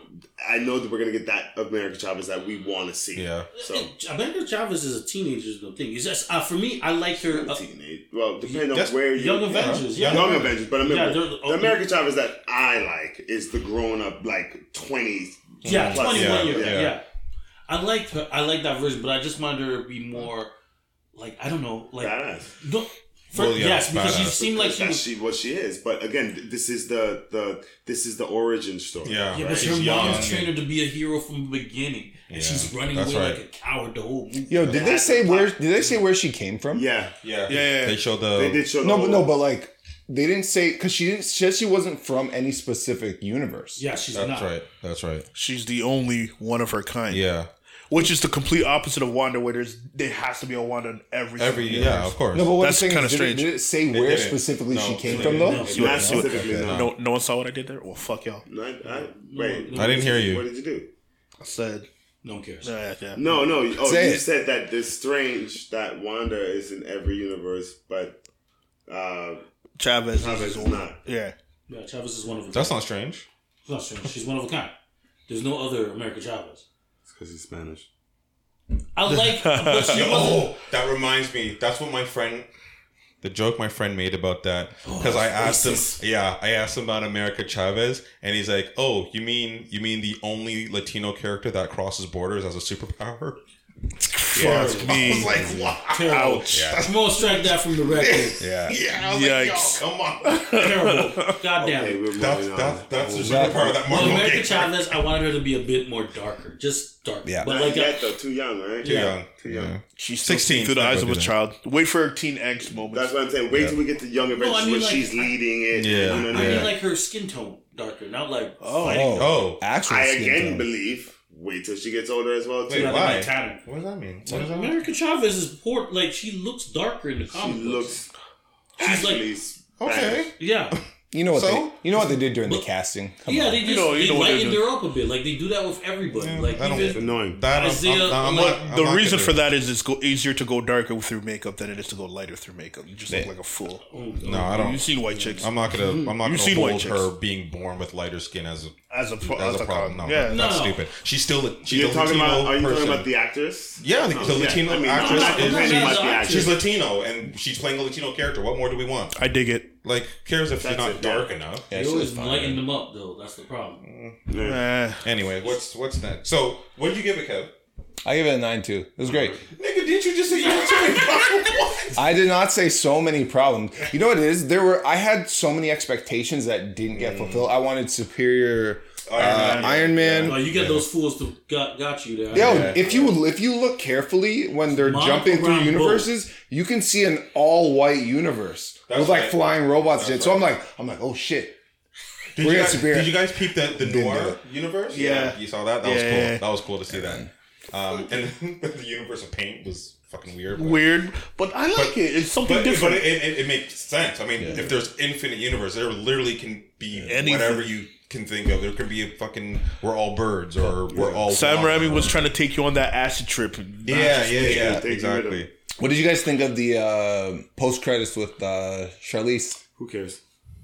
S7: I know that we're gonna get that America Chavez that we want to see.
S5: Yeah.
S7: So
S1: Amanda Chavez is a teenager, is the thing. It's just, uh, for me, I like her. Uh,
S7: teenage. Well, depending on
S5: That's
S7: where you
S1: Young Avengers, yeah.
S7: Young Avengers, but I
S1: Yeah,
S7: remember
S1: they're-
S7: the American Chavez that I like is the grown up like twenties.
S1: yeah,
S7: Plus,
S1: twenty
S5: yeah,
S1: one year,
S5: yeah.
S1: yeah. I liked her. I like that version, but I just wanted her to be more, like I don't know, like
S7: Badass.
S1: no, for,
S5: Well, yeah,
S1: yes, because she
S5: badass.
S1: seemed like she
S7: That's
S1: was.
S7: she what she is. But again, th- this is the the this is the origin story.
S5: yeah,
S1: Yeah,
S5: right.
S1: but
S5: She's
S1: her
S5: young
S1: mom's trained her
S5: and-
S1: to be a hero from the beginning, and
S5: Yeah,
S1: she's running
S5: that's
S1: away like
S5: right.
S1: a coward the whole movie.
S4: Yo, did they
S7: That's
S4: say
S7: the
S4: where?
S7: plot.
S4: Did they say where she came from?
S7: yeah.
S5: Yeah,
S6: yeah, yeah.
S5: They showed the.
S7: They did show
S4: No,
S7: the
S4: but no,
S7: whole-
S4: but like they didn't say because she didn't. She, she wasn't from any specific universe.
S1: Yeah, she's
S5: That's
S1: not.
S5: right. That's right.
S6: She's the only one of her kind.
S5: Yeah.
S6: Which is the complete opposite of Wanda, where there's there has to be a Wanda in every.
S5: Every
S6: single
S5: yeah, of course.
S4: No, but what
S6: That's
S4: I'm saying
S6: kinda
S4: is, did it-
S6: strange.
S4: Did it, say where
S5: didn't.
S4: specifically
S5: No,
S4: she
S5: it
S4: came
S5: didn't.
S4: from though?
S1: No, she
S7: Not
S1: was not.
S7: specifically. No.
S6: No, no one saw what I did there. Well, fuck y'all.
S7: No, I, I, wait,
S1: No, I
S5: didn't hear you.
S7: What did you do?
S6: I said,
S1: No one cares.
S6: yeah, yeah.
S7: No, no. you- Oh,
S4: Say
S7: you
S4: it.
S7: said that this strange that Wanda is in every universe, but uh,
S6: Chavez,
S7: Chavez
S6: is
S7: is
S6: one.
S7: not.
S6: Yeah,
S1: Yeah, Chavez is one of a kind.
S5: That's not strange.
S1: It's not strange. She's one of a kind. There's no other America Chavez.
S7: because he's Spanish.
S1: I like, but she wasn't.
S5: Yo, oh, that reminds me. That's what my friend. The joke my friend made about that because I asked
S1: racist.
S5: him. Yeah, I asked him about America Chavez, and he's like, "Oh, you mean you mean the only Latino character that crosses borders as a superpower?"
S6: fuck me.
S5: Like, wow.
S1: Terrible.
S5: Yeah.
S1: I'm gonna strike that from the record.
S5: Yeah.
S6: I was like, yo, Yikes.
S5: come on.
S1: Terrible. God damn
S7: Okay,
S1: it.
S7: we're moving
S5: That's
S7: on.
S5: that's that's the
S4: Exactly.
S5: superpower
S1: Well,
S5: that Marvel
S1: America
S5: gave. her.
S1: Chavez, I wanted her to be a bit more darker, just dark.
S4: Yeah.
S1: but
S7: Not
S1: like, uh,
S7: yet, though. Too young, right?
S5: Too young.
S7: Too young.
S5: Yeah.
S6: She's still
S5: 16,
S6: seen through the
S5: not
S6: eyes of a
S5: good at
S6: child. Wait for her teen angst moment.
S7: That's what I'm saying. Wait till we get to Young Avengers
S1: I mean,
S7: when
S1: like,
S7: she's leading it.
S5: Yeah.
S7: You know what
S1: I
S7: I
S1: mean,
S7: mean?
S1: like her skin tone darker, not like
S6: Oh.
S1: fighting.
S5: Oh.
S4: Actual
S7: I
S4: skin
S7: again
S4: tone.
S7: believe wait till she gets older as well too.
S5: Wait,
S1: Yeah,
S5: why?
S1: like tanner.
S5: What does that mean? What does that mean?
S1: America Chavez is poor. Like she looks darker in the
S7: She
S1: comic. books.
S7: looks
S1: She's Oh, like,
S7: actually Spanish.
S5: Okay.
S1: yeah,
S4: You know what
S5: So?
S4: they you know what they did during the casting. Come
S1: yeah,
S4: on.
S1: they just
S6: know- you
S1: they
S6: know what they're
S1: lightened her up a bit. Like they do that with everybody. like
S5: I don't
S1: even
S7: It's annoying.
S5: That I'm-
S1: Isaiah,
S5: I'm- I'm
S1: like-
S5: not- I'm
S6: the
S5: not
S6: reason
S5: gonna-
S6: for that is it's go- easier to go darker through makeup than it is to go lighter through makeup. You just look like a fool.
S5: No, I don't.
S6: You've seen white chicks
S5: Oh. I'm not gonna. I'm not
S6: You've
S5: gonna
S6: seen white
S5: hold
S6: chicks.
S5: her being born with lighter skin as a
S6: as a pro-
S5: as, a problem. No,
S6: yeah,
S5: that's
S1: No.
S5: stupid. She's still. She's
S7: You're
S5: a
S7: talking
S5: Latino
S7: about? Are you
S5: person.
S7: talking about the actors?
S5: Yeah, the, the
S7: yeah.
S5: Latino
S7: I mean,
S5: actress
S1: not-
S5: is
S1: not
S5: she's,
S1: about the actress.
S5: she's Latino and she's playing a Latino character. What more do we want?
S6: I dig it.
S5: Like, cares if she's
S7: That's
S5: not
S7: it, yeah.
S5: dark enough.
S4: Yeah,
S1: they
S4: she was
S1: always
S4: fine.
S1: lighten them up though. That's the problem.
S6: Eh,
S5: Anyway, what's what's next? So, what did you give it, Kev?
S4: I give it a nine two. It was great.
S5: Nigga, didn't you just say you were doing what?
S4: I did not say so many problems. You know what it is? There were I had so many expectations that didn't get fulfilled. I wanted superior uh, Iron Man.
S1: Oh, you get those fools to got got you there.
S4: Yo, if you if you look carefully when they're
S1: Mom
S4: jumping through
S1: around
S4: universes, you can see an all white universe
S5: That's
S4: with like
S5: right.
S4: flying robots.
S5: That's
S4: and shit. So I'm
S5: right.
S4: like, I'm like, oh shit.
S5: Did
S4: We're
S5: you,
S4: gonna
S5: guys,
S4: disappear.
S5: did you guys peep the, the
S4: Didn't do
S5: noir
S4: it.
S5: universe?
S6: Yeah.
S5: You saw that? That
S6: Yeah.
S5: was cool. That was cool to see that. Um, and the universe of paint was fucking weird. but-
S6: weird, but I like
S5: But-
S6: it. It's something
S5: But,
S6: different.
S5: but it, it, it makes sense. I mean, if there's infinite universe, there literally can be
S6: Anything.
S5: whatever you can think of. There could be a fucking we're all birds or we're all
S6: Sam
S5: one,
S6: Raimi
S5: or-
S6: was trying to take you on that acid trip.
S5: Yeah, yeah, yeah,
S7: They- they rid
S5: exactly.
S7: of-
S4: What did you guys think of the uh, post credits with uh, Charlize?
S7: Who cares?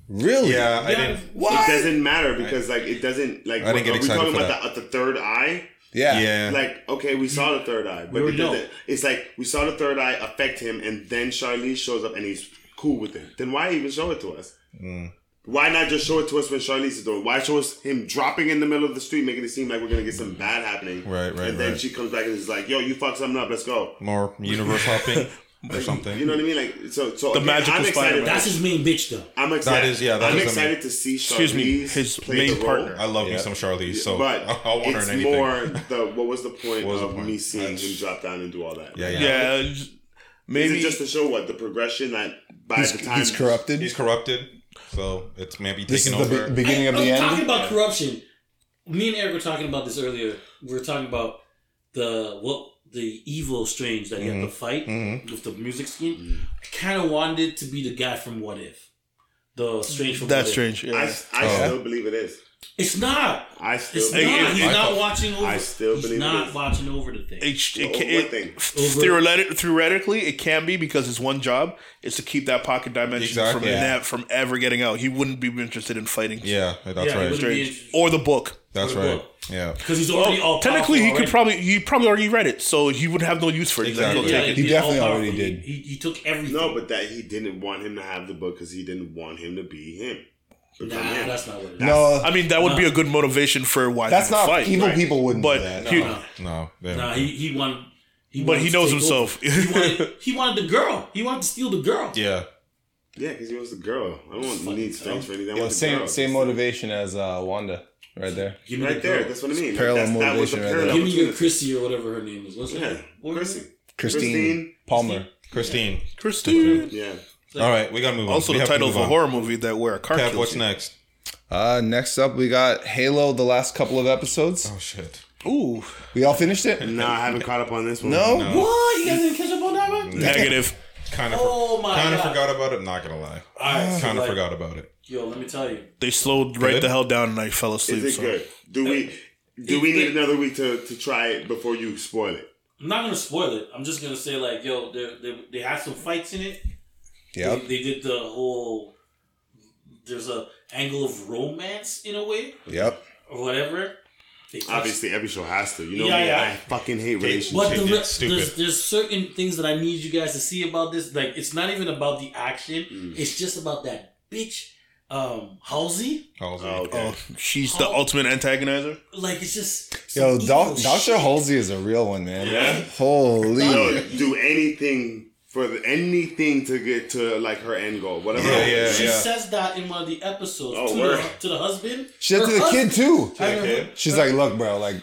S4: Really?
S5: Yeah, I didn't.
S7: It doesn't matter because like it doesn't like.
S5: I didn't get
S7: are we
S5: excited
S7: talking
S5: for
S7: about the, the third eye?
S4: Yeah.
S5: Yeah,
S7: Like okay, we saw the third eye, but
S1: We
S7: it
S1: already know.
S7: doesn't- it's like we saw the third eye affect him, and then Charlize shows up and he's cool with it. Then why even show it to us?
S5: Mm.
S7: Why not just show it to us when Charlize is doing? Why show us him dropping in the middle of the street, making it seem like we're gonna get something bad happening?
S5: Right, right,
S7: And then
S5: right.
S7: she comes back and is like, "Yo, you fucked something up. Let's go."
S5: more universe hopping or something.
S7: You know what I mean? Like so. So
S6: The
S7: again,
S6: magical
S7: I'm excited.
S6: Spider-Man.
S1: That's his main bitch though.
S7: I'm excited.
S5: That is- yeah, that
S7: I'm
S5: is the
S7: excited
S5: main-
S7: to see. Charlize
S6: Excuse me, his
S7: play
S6: main
S7: the role.
S6: partner.
S5: I love me some Charlize, so
S7: but
S5: I, I want her
S7: it's
S5: in anything.
S7: more the what was the point
S5: was the
S7: of
S5: point?
S7: me seeing
S5: That's-
S7: him drop down and do all that?
S5: Yeah, yeah.
S6: Yeah, it's-
S7: Is
S6: maybe
S7: it just to show what the progression that by
S4: He's,
S7: the time
S4: he's corrupted.
S5: He's corrupted, so it's maybe
S4: this is
S5: taking
S4: the
S5: over.
S4: be- beginning of
S1: I-
S4: the
S1: I'm
S4: end.
S1: Talking about corruption, me and Eric were talking about this earlier. We were talking about the what the evil strange that you have to fight with the music scheme.
S7: Mm-hmm.
S1: I kind of wanted it to be the guy from What If, the strange from
S6: that's
S1: What
S6: strange.
S7: I,
S6: Yeah.
S7: I
S4: Oh.
S7: still believe it is.
S1: If. It's not.
S7: I still
S1: It's
S7: believe
S1: not.
S7: it.
S1: He's
S5: I
S1: not
S5: thought-
S1: watching over.
S7: I still
S1: He's
S7: believe it
S1: not
S7: is.
S1: watching over the thing.
S6: It, sh- it,
S7: Over
S6: ca-
S7: what
S6: it,
S7: thing?
S6: theoretic, theoretically, it can be because his one job is to keep that pocket dimension
S5: Exactly.
S6: from
S5: Yeah.
S6: that from ever getting out. He wouldn't be interested in fighting.
S5: Yeah, that's
S1: Yeah, it
S5: right.
S1: wouldn't be
S6: Strange. or the book.
S5: That's
S1: What
S5: right.
S1: about-
S5: Yeah.
S1: because he's
S6: Well,
S1: already all
S6: technically, he
S1: powerful
S6: could probably he probably already read it, so he would have no use for it. He's like,
S5: Exactly.
S6: "Yo,
S1: Yeah,
S6: take it."
S1: he's
S4: definitely
S1: all-powerful.
S4: already did.
S1: He, he, he took everything.
S7: No, but that he didn't want him to have the book because he didn't want him to be him.
S1: nah,
S7: Become him.
S1: that's not what it is.
S4: no,
S6: I mean, that would be a good motivation for why
S4: that's
S6: he would
S4: not
S6: fight,
S4: evil.
S6: right?
S4: People wouldn't. do
S6: But
S4: that.
S6: he,
S1: Nah.
S5: No. yeah.
S1: Nah, he he wanted. He
S6: But
S1: wanted
S6: he
S1: to
S6: knows
S1: take
S6: himself.
S1: over. He wanted, he wanted the girl. He wanted to steal the girl.
S5: yeah.
S7: Yeah, because he was the girl. I don't want
S1: Fucking
S7: need strength for anything. I
S4: Yo,
S7: want the
S4: same
S7: girl.
S4: same motivation as uh, Wanda, right there.
S1: Give me
S7: Right
S1: the
S7: there.
S1: girl.
S7: That's what I mean.
S4: Parallel
S7: that's, that was the
S4: motivation right
S7: parallel.
S1: Give me your
S7: between
S1: Chrissy or whatever her name is. What's her
S7: the
S1: name?
S7: two.
S1: What
S7: Yeah,
S1: was
S7: Chrissy.
S4: Christine,
S7: Christine.
S4: Palmer.
S5: Christine.
S6: Christine.
S7: Yeah.
S5: All right, we gotta move on.
S6: Also,
S5: We
S6: the
S5: have to
S6: title of
S5: move
S6: a
S5: on.
S6: horror movie that where a car
S5: Kev,
S6: kills
S5: what's
S6: you.
S5: next?
S4: Uh, next up, we got Halo. The last couple of episodes,
S5: Oh shit.
S6: Ooh,
S4: we all finished it.
S7: No, I haven't caught up on this one.
S4: No,
S1: What? You guys didn't catch up on that one?
S6: negative.
S5: Kind of.
S1: Oh my
S5: Kind of
S1: God.
S5: forgot about it. Not gonna lie.
S1: I
S5: Kind of forgot about it.
S1: Yo, let me tell you.
S6: They slowed right
S5: Good?
S6: the hell down, and I fell asleep.
S7: Is it
S6: so.
S7: good? Do we do we need another week to, to try it before you spoil it?
S1: I'm not gonna spoil it. I'm just gonna say like, yo, they they, they had some fights in it.
S4: Yep.
S1: They, they did the whole. There's a angle of romance in a way
S4: Yep.
S1: or whatever. They touched-
S7: Obviously, every show has to. You know
S1: Yeah,
S7: me.
S1: yeah.
S7: I fucking hate relationships.
S1: But the
S5: Shit,
S1: re-
S5: it's stupid.
S1: there's, there's certain things that I need you guys to see about this. Like it's not even about the action.
S6: Mm.
S1: It's just about that bitch, um, Halsey.
S5: Halsey.
S7: Oh, okay.
S6: Oh, she's the ultimate antagonizer.
S1: Like it's just
S4: Yo,
S1: some
S4: Doc-
S1: evil
S4: Dr.
S1: shit.
S4: Halsey is a real one, man.
S7: Yeah?
S4: Holy.
S7: Yo, do anything for the, anything to get to like her end goal. Whatever.
S5: Yeah, yeah,
S1: She
S5: yeah.
S1: says that in one of the episodes
S7: Oh,
S1: to,
S7: word.
S1: the, to the husband.
S4: She said
S1: Her
S4: to the kid,
S1: husband-
S4: too.
S1: I don't know.
S4: She's like, look, bro, like,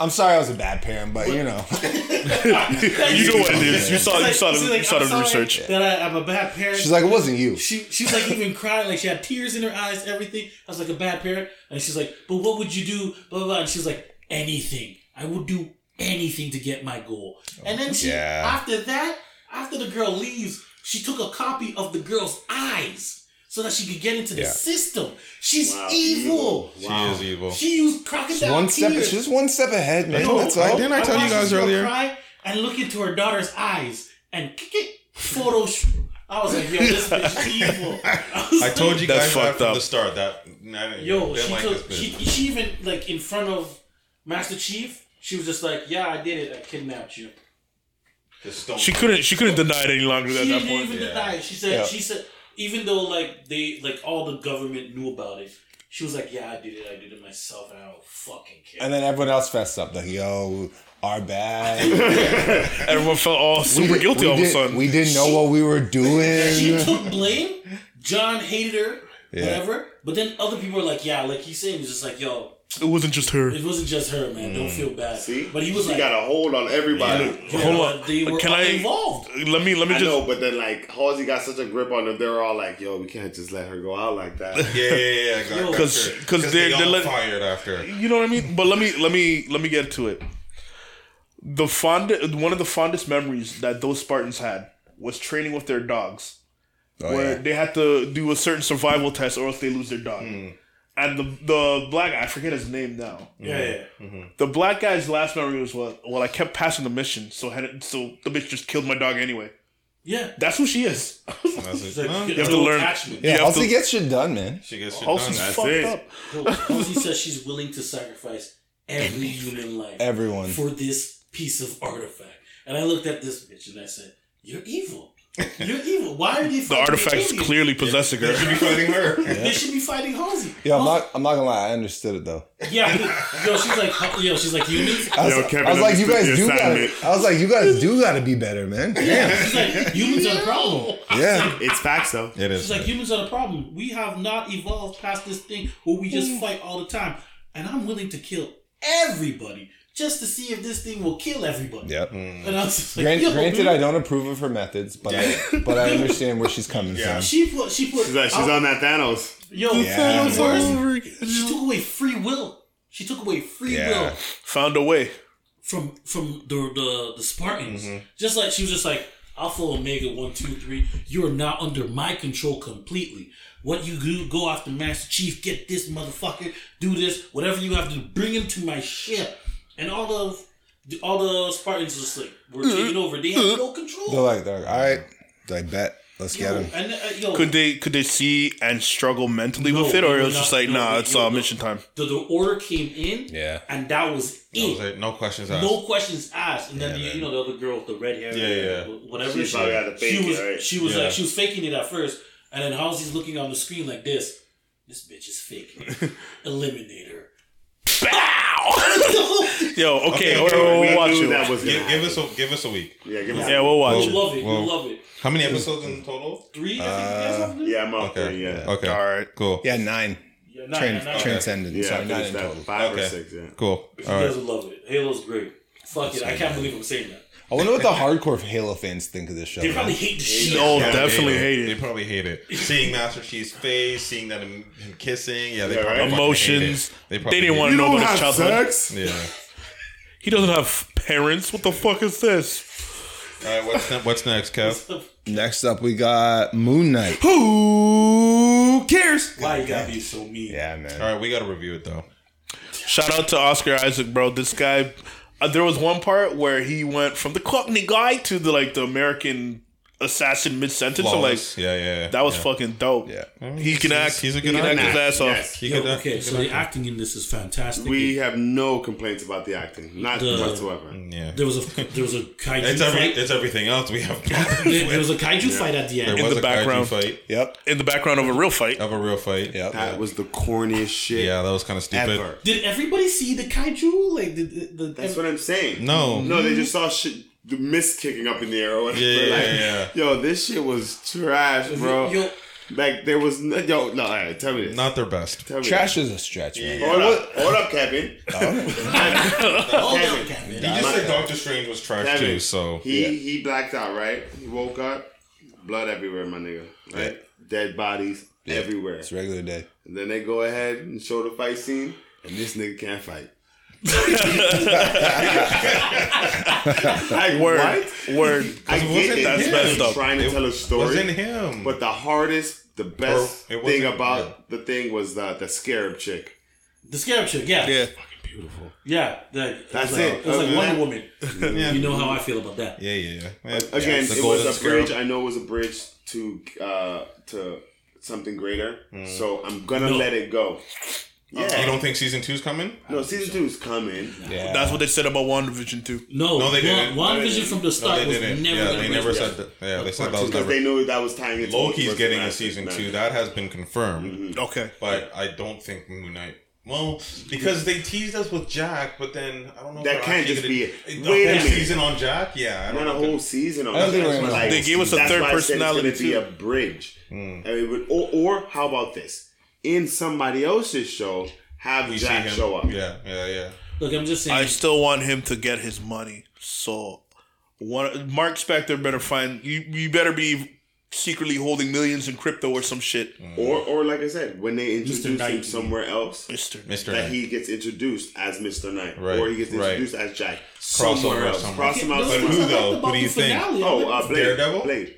S4: I'm sorry I was a bad parent, but you know.
S6: You know what it is. You saw,
S1: She's
S6: you
S1: like-
S6: saw,
S1: she's
S6: the,
S1: like,
S6: you saw
S1: "I'm
S6: the
S1: sorry
S6: research.
S1: That I, I'm a bad parent.
S4: She's like, it wasn't you.
S1: she, she was like even crying, like she had tears in her eyes, everything. I was like a bad parent, and she's like, "But what would you do?" Blah blah. blah. And she's like, "Anything. I would do anything to get my goal." And then she, after that, after the girl leaves, she took a copy of the girl's eyes. so that she could get into the
S4: Yeah.
S1: system. She's
S7: Wow,
S1: evil.
S7: evil. Wow.
S5: She is evil.
S1: She used crocodile
S4: One step,
S1: tears.
S4: she's just one step ahead, man.
S5: No,
S4: That's
S5: I
S4: all.
S5: didn't I tell you
S1: watched
S5: guys
S1: this girl
S5: earlier?
S1: Cry and look into her daughter's eyes and kick it. Photo. sh- I was like, yo, this bitch is evil. I, was
S5: I told
S1: like,
S5: you
S6: That's
S5: guys that
S6: fucked
S5: from
S6: up.
S5: the start that I didn't,
S1: Yo,
S5: didn't
S1: she,
S5: like
S1: took,
S5: this
S1: she,
S5: bitch.
S1: she even like in front of Master Chief. She was just like, yeah, I did it. I kidnapped you.
S5: Just don't-
S6: She couldn't. She couldn't deny it any longer
S1: She
S6: at that
S1: didn't
S6: point.
S1: even
S5: yeah.
S1: deny it. She said.
S4: Yeah.
S1: She said. Even though like they like all the government knew about it, she was like, yeah, I did it. I did it myself, and I don't fucking care.
S4: And then everyone else fessed up, like, yo, our bad.
S6: Everyone felt all super guilty
S4: we
S6: all of a
S4: did-
S6: sudden.
S4: We didn't know what we were
S1: she
S4: doing.
S1: took blame. John hated her,
S4: Yeah.
S1: whatever. But then other people were like, yeah, like he's saying, he's just like, yo,
S6: it wasn't just her.
S1: it wasn't just her, man. Don't
S6: Mm.
S1: feel bad.
S7: See,
S1: But he was
S7: she
S1: like,
S7: got a hold on everybody.
S1: you know,
S6: Hold on.
S1: They were
S6: Can
S1: all
S6: I-
S1: involved.
S6: Let me. Let me
S7: I
S6: just.
S7: know, but then like Halsey got such a grip on them. They were all like, "Yo, we can't just let her go out like that."
S5: yeah, yeah, yeah, yeah.
S1: Yo.
S5: got- got
S6: 'Cause-
S5: her.
S6: 'cause they're-
S5: they all
S6: they're let-
S5: fired after.
S6: You know what I mean? But let me let me let me get to it. The fond one of the fondest memories that those Spartans had was training with their dogs,
S4: Oh,
S6: where
S4: yeah.
S6: they had to do a certain survival test or else they lose their dog. And the the black guy, I forget his name now.
S1: Yeah, yeah.
S6: The black guy's last memory was what? Well, I kept passing the mission, so had it, so the bitch just killed my dog anyway.
S1: Yeah.
S6: That's who she is.
S5: That's it.
S1: It's like,
S5: No,
S1: you
S6: You have to learn.
S1: Attachment.
S6: you
S4: Yeah,
S6: have
S4: also
S6: to-
S4: get shit done, man.
S5: She gets shit done.
S6: Halsey's
S5: That's
S6: fucked
S5: it.
S6: up.
S1: Halsey says she's willing to sacrifice every human life
S4: Everyone.
S1: for this piece of artifact. And I looked at this bitch and I said, you're evil. You're evil. Why are they
S6: The artifact's clearly possessing her.
S5: Should be fighting her.
S1: They should be fighting Halsey.
S4: Yo, I'm not, I'm not gonna lie, I understood it though.
S1: Yeah, yo, she's like, yo, she's like, humans.
S4: I was,
S6: Yo,
S4: I
S6: Kevin,
S4: was like, you guys
S6: understood
S4: do
S6: the
S4: gotta.
S6: assignment.
S4: I was like, you guys do gotta be better, man. Damn.
S1: She's like, humans are the problem.
S4: Yeah.
S7: It's facts though.
S5: It
S1: She's
S5: is.
S1: like, humans are the problem. We have not evolved past this thing where we just fight all the time. And I'm willing to kill everybody just to see if this thing will kill everybody.
S4: Yep.
S1: And I was just like,
S4: Grant,
S1: yo,
S4: granted,
S1: dude.
S4: I don't approve of her methods, but I, but I understand where she's coming
S5: Yeah.
S4: from.
S1: She put, she put,
S7: She's, like, she's
S1: I-
S7: on that Thanos.
S1: yo,
S4: Yeah.
S1: the worst, she took away free will. She took away free
S4: Yeah.
S1: will
S6: Found a way.
S1: from from the the, the Spartans.
S5: Mm-hmm.
S1: Just like she was just like Alpha Omega one two three. You are now under my control completely. What you do, go after Master Chief, get this motherfucker, do this, whatever you have to, do, bring him to my ship. And all the all the Spartans just like were taking over. They had no control.
S4: Mm-hmm. They're like, they're like, all right, I bet. Let's
S1: Yo,
S4: get him.
S1: and, uh, yo,
S6: Could they could they see and struggle mentally
S1: No,
S6: with it,
S1: they
S6: or it
S1: were
S6: was just
S1: not-
S6: like,
S1: no,
S6: nah,
S1: they-
S6: it's
S1: yo,
S6: uh,
S1: no.
S6: mission time.
S1: the, the order came in,
S4: Yeah.
S1: and that was it.
S5: That was it. No questions asked.
S1: No questions asked, and then the, you know the other girl with the red hair,
S5: Yeah, yeah.
S1: whatever.
S7: She probably had to fake
S1: she was,
S7: it, right?
S1: she was
S5: Yeah.
S1: like, she was faking it at first, and then Halsey's looking on the screen like this. This bitch is faking it. Eliminate her. Bow.
S6: Yo, okay,
S5: Okay,
S6: hold on,
S5: okay,
S6: we'll,
S7: we
S6: watch
S7: knew
S6: it.
S7: that was
S5: Give,
S7: gonna
S5: give us
S7: happen.
S5: a give us a week.
S7: yeah, give us
S6: yeah, we'll watch
S5: Well,
S1: you
S6: it.
S1: love it.
S5: Oh, Well, uh,
S1: you love it.
S5: How many episodes in total?
S1: Three. I think you guys have to do?
S7: yeah, I'm up there.
S5: Okay.
S7: Uh, Yeah,
S5: Okay.
S6: All right.
S5: Cool.
S4: Yeah, nine.
S1: yeah, nine,
S4: Tran-
S1: nine, nine.
S4: Transcended.
S7: yeah,
S4: Sorry,
S7: I
S4: nine in
S7: finished that
S4: total.
S7: five
S5: Okay.
S7: or six. Yeah,
S5: Cool.
S1: You
S5: All right.
S1: guys will love it. Halo's great. Fuck it. I can't believe I'm saying that.
S4: I wonder what the hardcore Halo fans think of this show.
S1: They probably
S4: man.
S1: hate the shit.
S6: No,
S5: Yeah,
S6: definitely
S5: they
S6: hate
S5: They
S6: it.
S5: probably hate it. Seeing Master Chief's face, seeing that him, him kissing, yeah, they
S7: Yeah,
S5: probably
S7: right?
S5: fucking hate
S6: Emotions.
S5: it.
S6: They,
S5: probably
S6: didn't
S5: hate
S6: want to know about his childhood.
S5: it. Yeah.
S6: He doesn't have parents. What the fuck is this?
S5: All right. What's ne- what's next, Kev?
S4: Next up, we got Moon Knight.
S6: Who cares?
S1: Why you gotta be so mean?
S4: Yeah, man.
S5: All right. We gotta review it though.
S6: Shout out to Oscar Isaac, bro. This guy. Uh, there was one part where he went from the Cockney guy to the like the American assassin mid sentence. I'm like,
S5: Flawless. yeah, yeah, yeah.
S6: that was
S5: yeah.
S6: fucking dope.
S4: Yeah.
S6: he can act.
S5: He's a
S6: he
S5: good
S6: can act his
S5: actor.
S6: ass off.
S7: Yes.
S5: He
S1: Yo,
S5: could act.
S1: okay, so the acting in this is fantastic.
S7: We have no complaints about the acting, not
S1: The-
S7: whatsoever.
S5: Mm, Yeah.
S1: there was a there was a kaiju
S5: It's
S1: fight.
S5: every, it's everything else we have.
S1: there, there was a kaiju fight at the end.
S5: There was
S6: the
S5: a kaiju
S6: background.
S5: fight
S4: Yep.
S6: In the background of a real fight.
S5: of a real fight.
S4: Yep.
S7: That was the corniest shit
S5: Yeah, that was kind of stupid.
S7: ever.
S1: Did everybody see the kaiju? Like the, the, the
S7: That's what I'm saying.
S5: No.
S7: no, they just saw shit, the mist kicking up in the air. Or whatever.
S5: Yeah, yeah,
S7: like,
S5: yeah,
S7: Yo, this shit was trash, bro.
S1: Yo,
S7: Like there was no, yo, no. All right, tell me this.
S5: Not their best.
S7: tell me
S4: Trash is a stretch, man.
S7: This. Hold up, hold up, Kevin.
S1: hold
S7: Kevin.
S1: up, Kevin.
S5: You just said Doctor Strange was trash
S7: Kevin.
S5: too. So
S7: He he blacked out, right? He woke up, blood everywhere, my nigga. Right, dead bodies everywhere.
S4: It's regular day.
S7: And then they go ahead and show the fight scene, and this nigga can't fight. I,
S6: Word.
S7: What?
S6: Word.
S7: I get it.
S6: That's messed up.
S7: Trying to tell a story.
S5: wasn't him.
S7: But the hardest, the best
S5: Or it
S7: thing
S5: wasn't-
S7: about the thing was the the scarab chick.
S1: The scarab chick, yeah.
S6: Yeah.
S1: Yeah. That,
S7: That's
S1: like,
S7: it.
S1: It was like
S7: Other
S1: Wonder
S7: than
S1: Woman. You know how I feel about that.
S5: yeah, yeah, yeah.
S7: Again,
S5: The
S7: it
S5: Golden
S7: was a
S5: Scarab.
S7: bridge. I know it was a bridge to uh, to something greater. So I'm gonna
S1: No.
S7: let it go. Yeah.
S5: Mm. Uh-uh. You don't think season two's coming?
S7: no, season two is coming.
S5: Yeah.
S6: That's what they said about WandaVision too.
S1: No,
S5: No, they
S1: Wan-
S5: didn't.
S1: WandaVision from the
S5: no,
S1: start
S5: they
S1: was
S5: didn't.
S1: never
S5: yeah,
S1: gonna
S5: they
S1: be-
S5: never said that. Yeah, they said that
S7: Because
S5: was never.
S7: they knew that was tying into
S5: Loki's
S7: multiverse
S5: getting a
S7: madness,
S5: season
S7: man. Mm-hmm.
S5: two. That has been confirmed.
S6: Okay.
S5: But I don't think Moon Knight. Well, because they teased us with Jack, but then I don't know. if
S7: That
S5: they're
S7: can't
S5: actually
S7: just
S5: gonna-
S7: be it.
S5: A
S7: Wait a
S5: whole
S7: minute.
S5: season on Jack. Yeah, I don't
S7: Not a
S5: know.
S7: whole season. On
S4: I don't think
S7: that.
S4: we're gonna-
S7: Like,
S6: They gave us a
S7: that's
S6: third
S7: why I said it's
S6: personality,
S7: gonna be
S6: too.
S7: a bridge.
S5: Hmm.
S7: And it would- or, or how about this? In somebody else's show, have
S5: We see
S7: Jack
S5: him.
S7: show up.
S5: Yeah, yeah, yeah.
S1: Look, I'm just saying.
S6: I still want him to get his money. So, one Mark Spector better find you. You better be secretly holding millions in crypto or some shit,
S7: Or, or like I said, when they introduce him
S1: Knight.
S7: somewhere else,
S6: Hmm. Mister.
S5: Mr.
S7: that
S5: Knight.
S7: he gets introduced as Mr. Knight,
S5: Right,
S7: or he gets
S5: right.
S7: introduced as Jack somewhere
S5: Crossover
S7: else.
S5: somewhere.
S7: Cross him out.
S5: But
S1: That's what I
S5: who,
S7: somewhere.
S1: liked
S5: though?
S1: about
S5: What do
S1: the
S5: you think?
S1: finale of
S7: Oh,
S1: it.
S7: uh, Blade.
S5: Daredevil?
S7: Blade.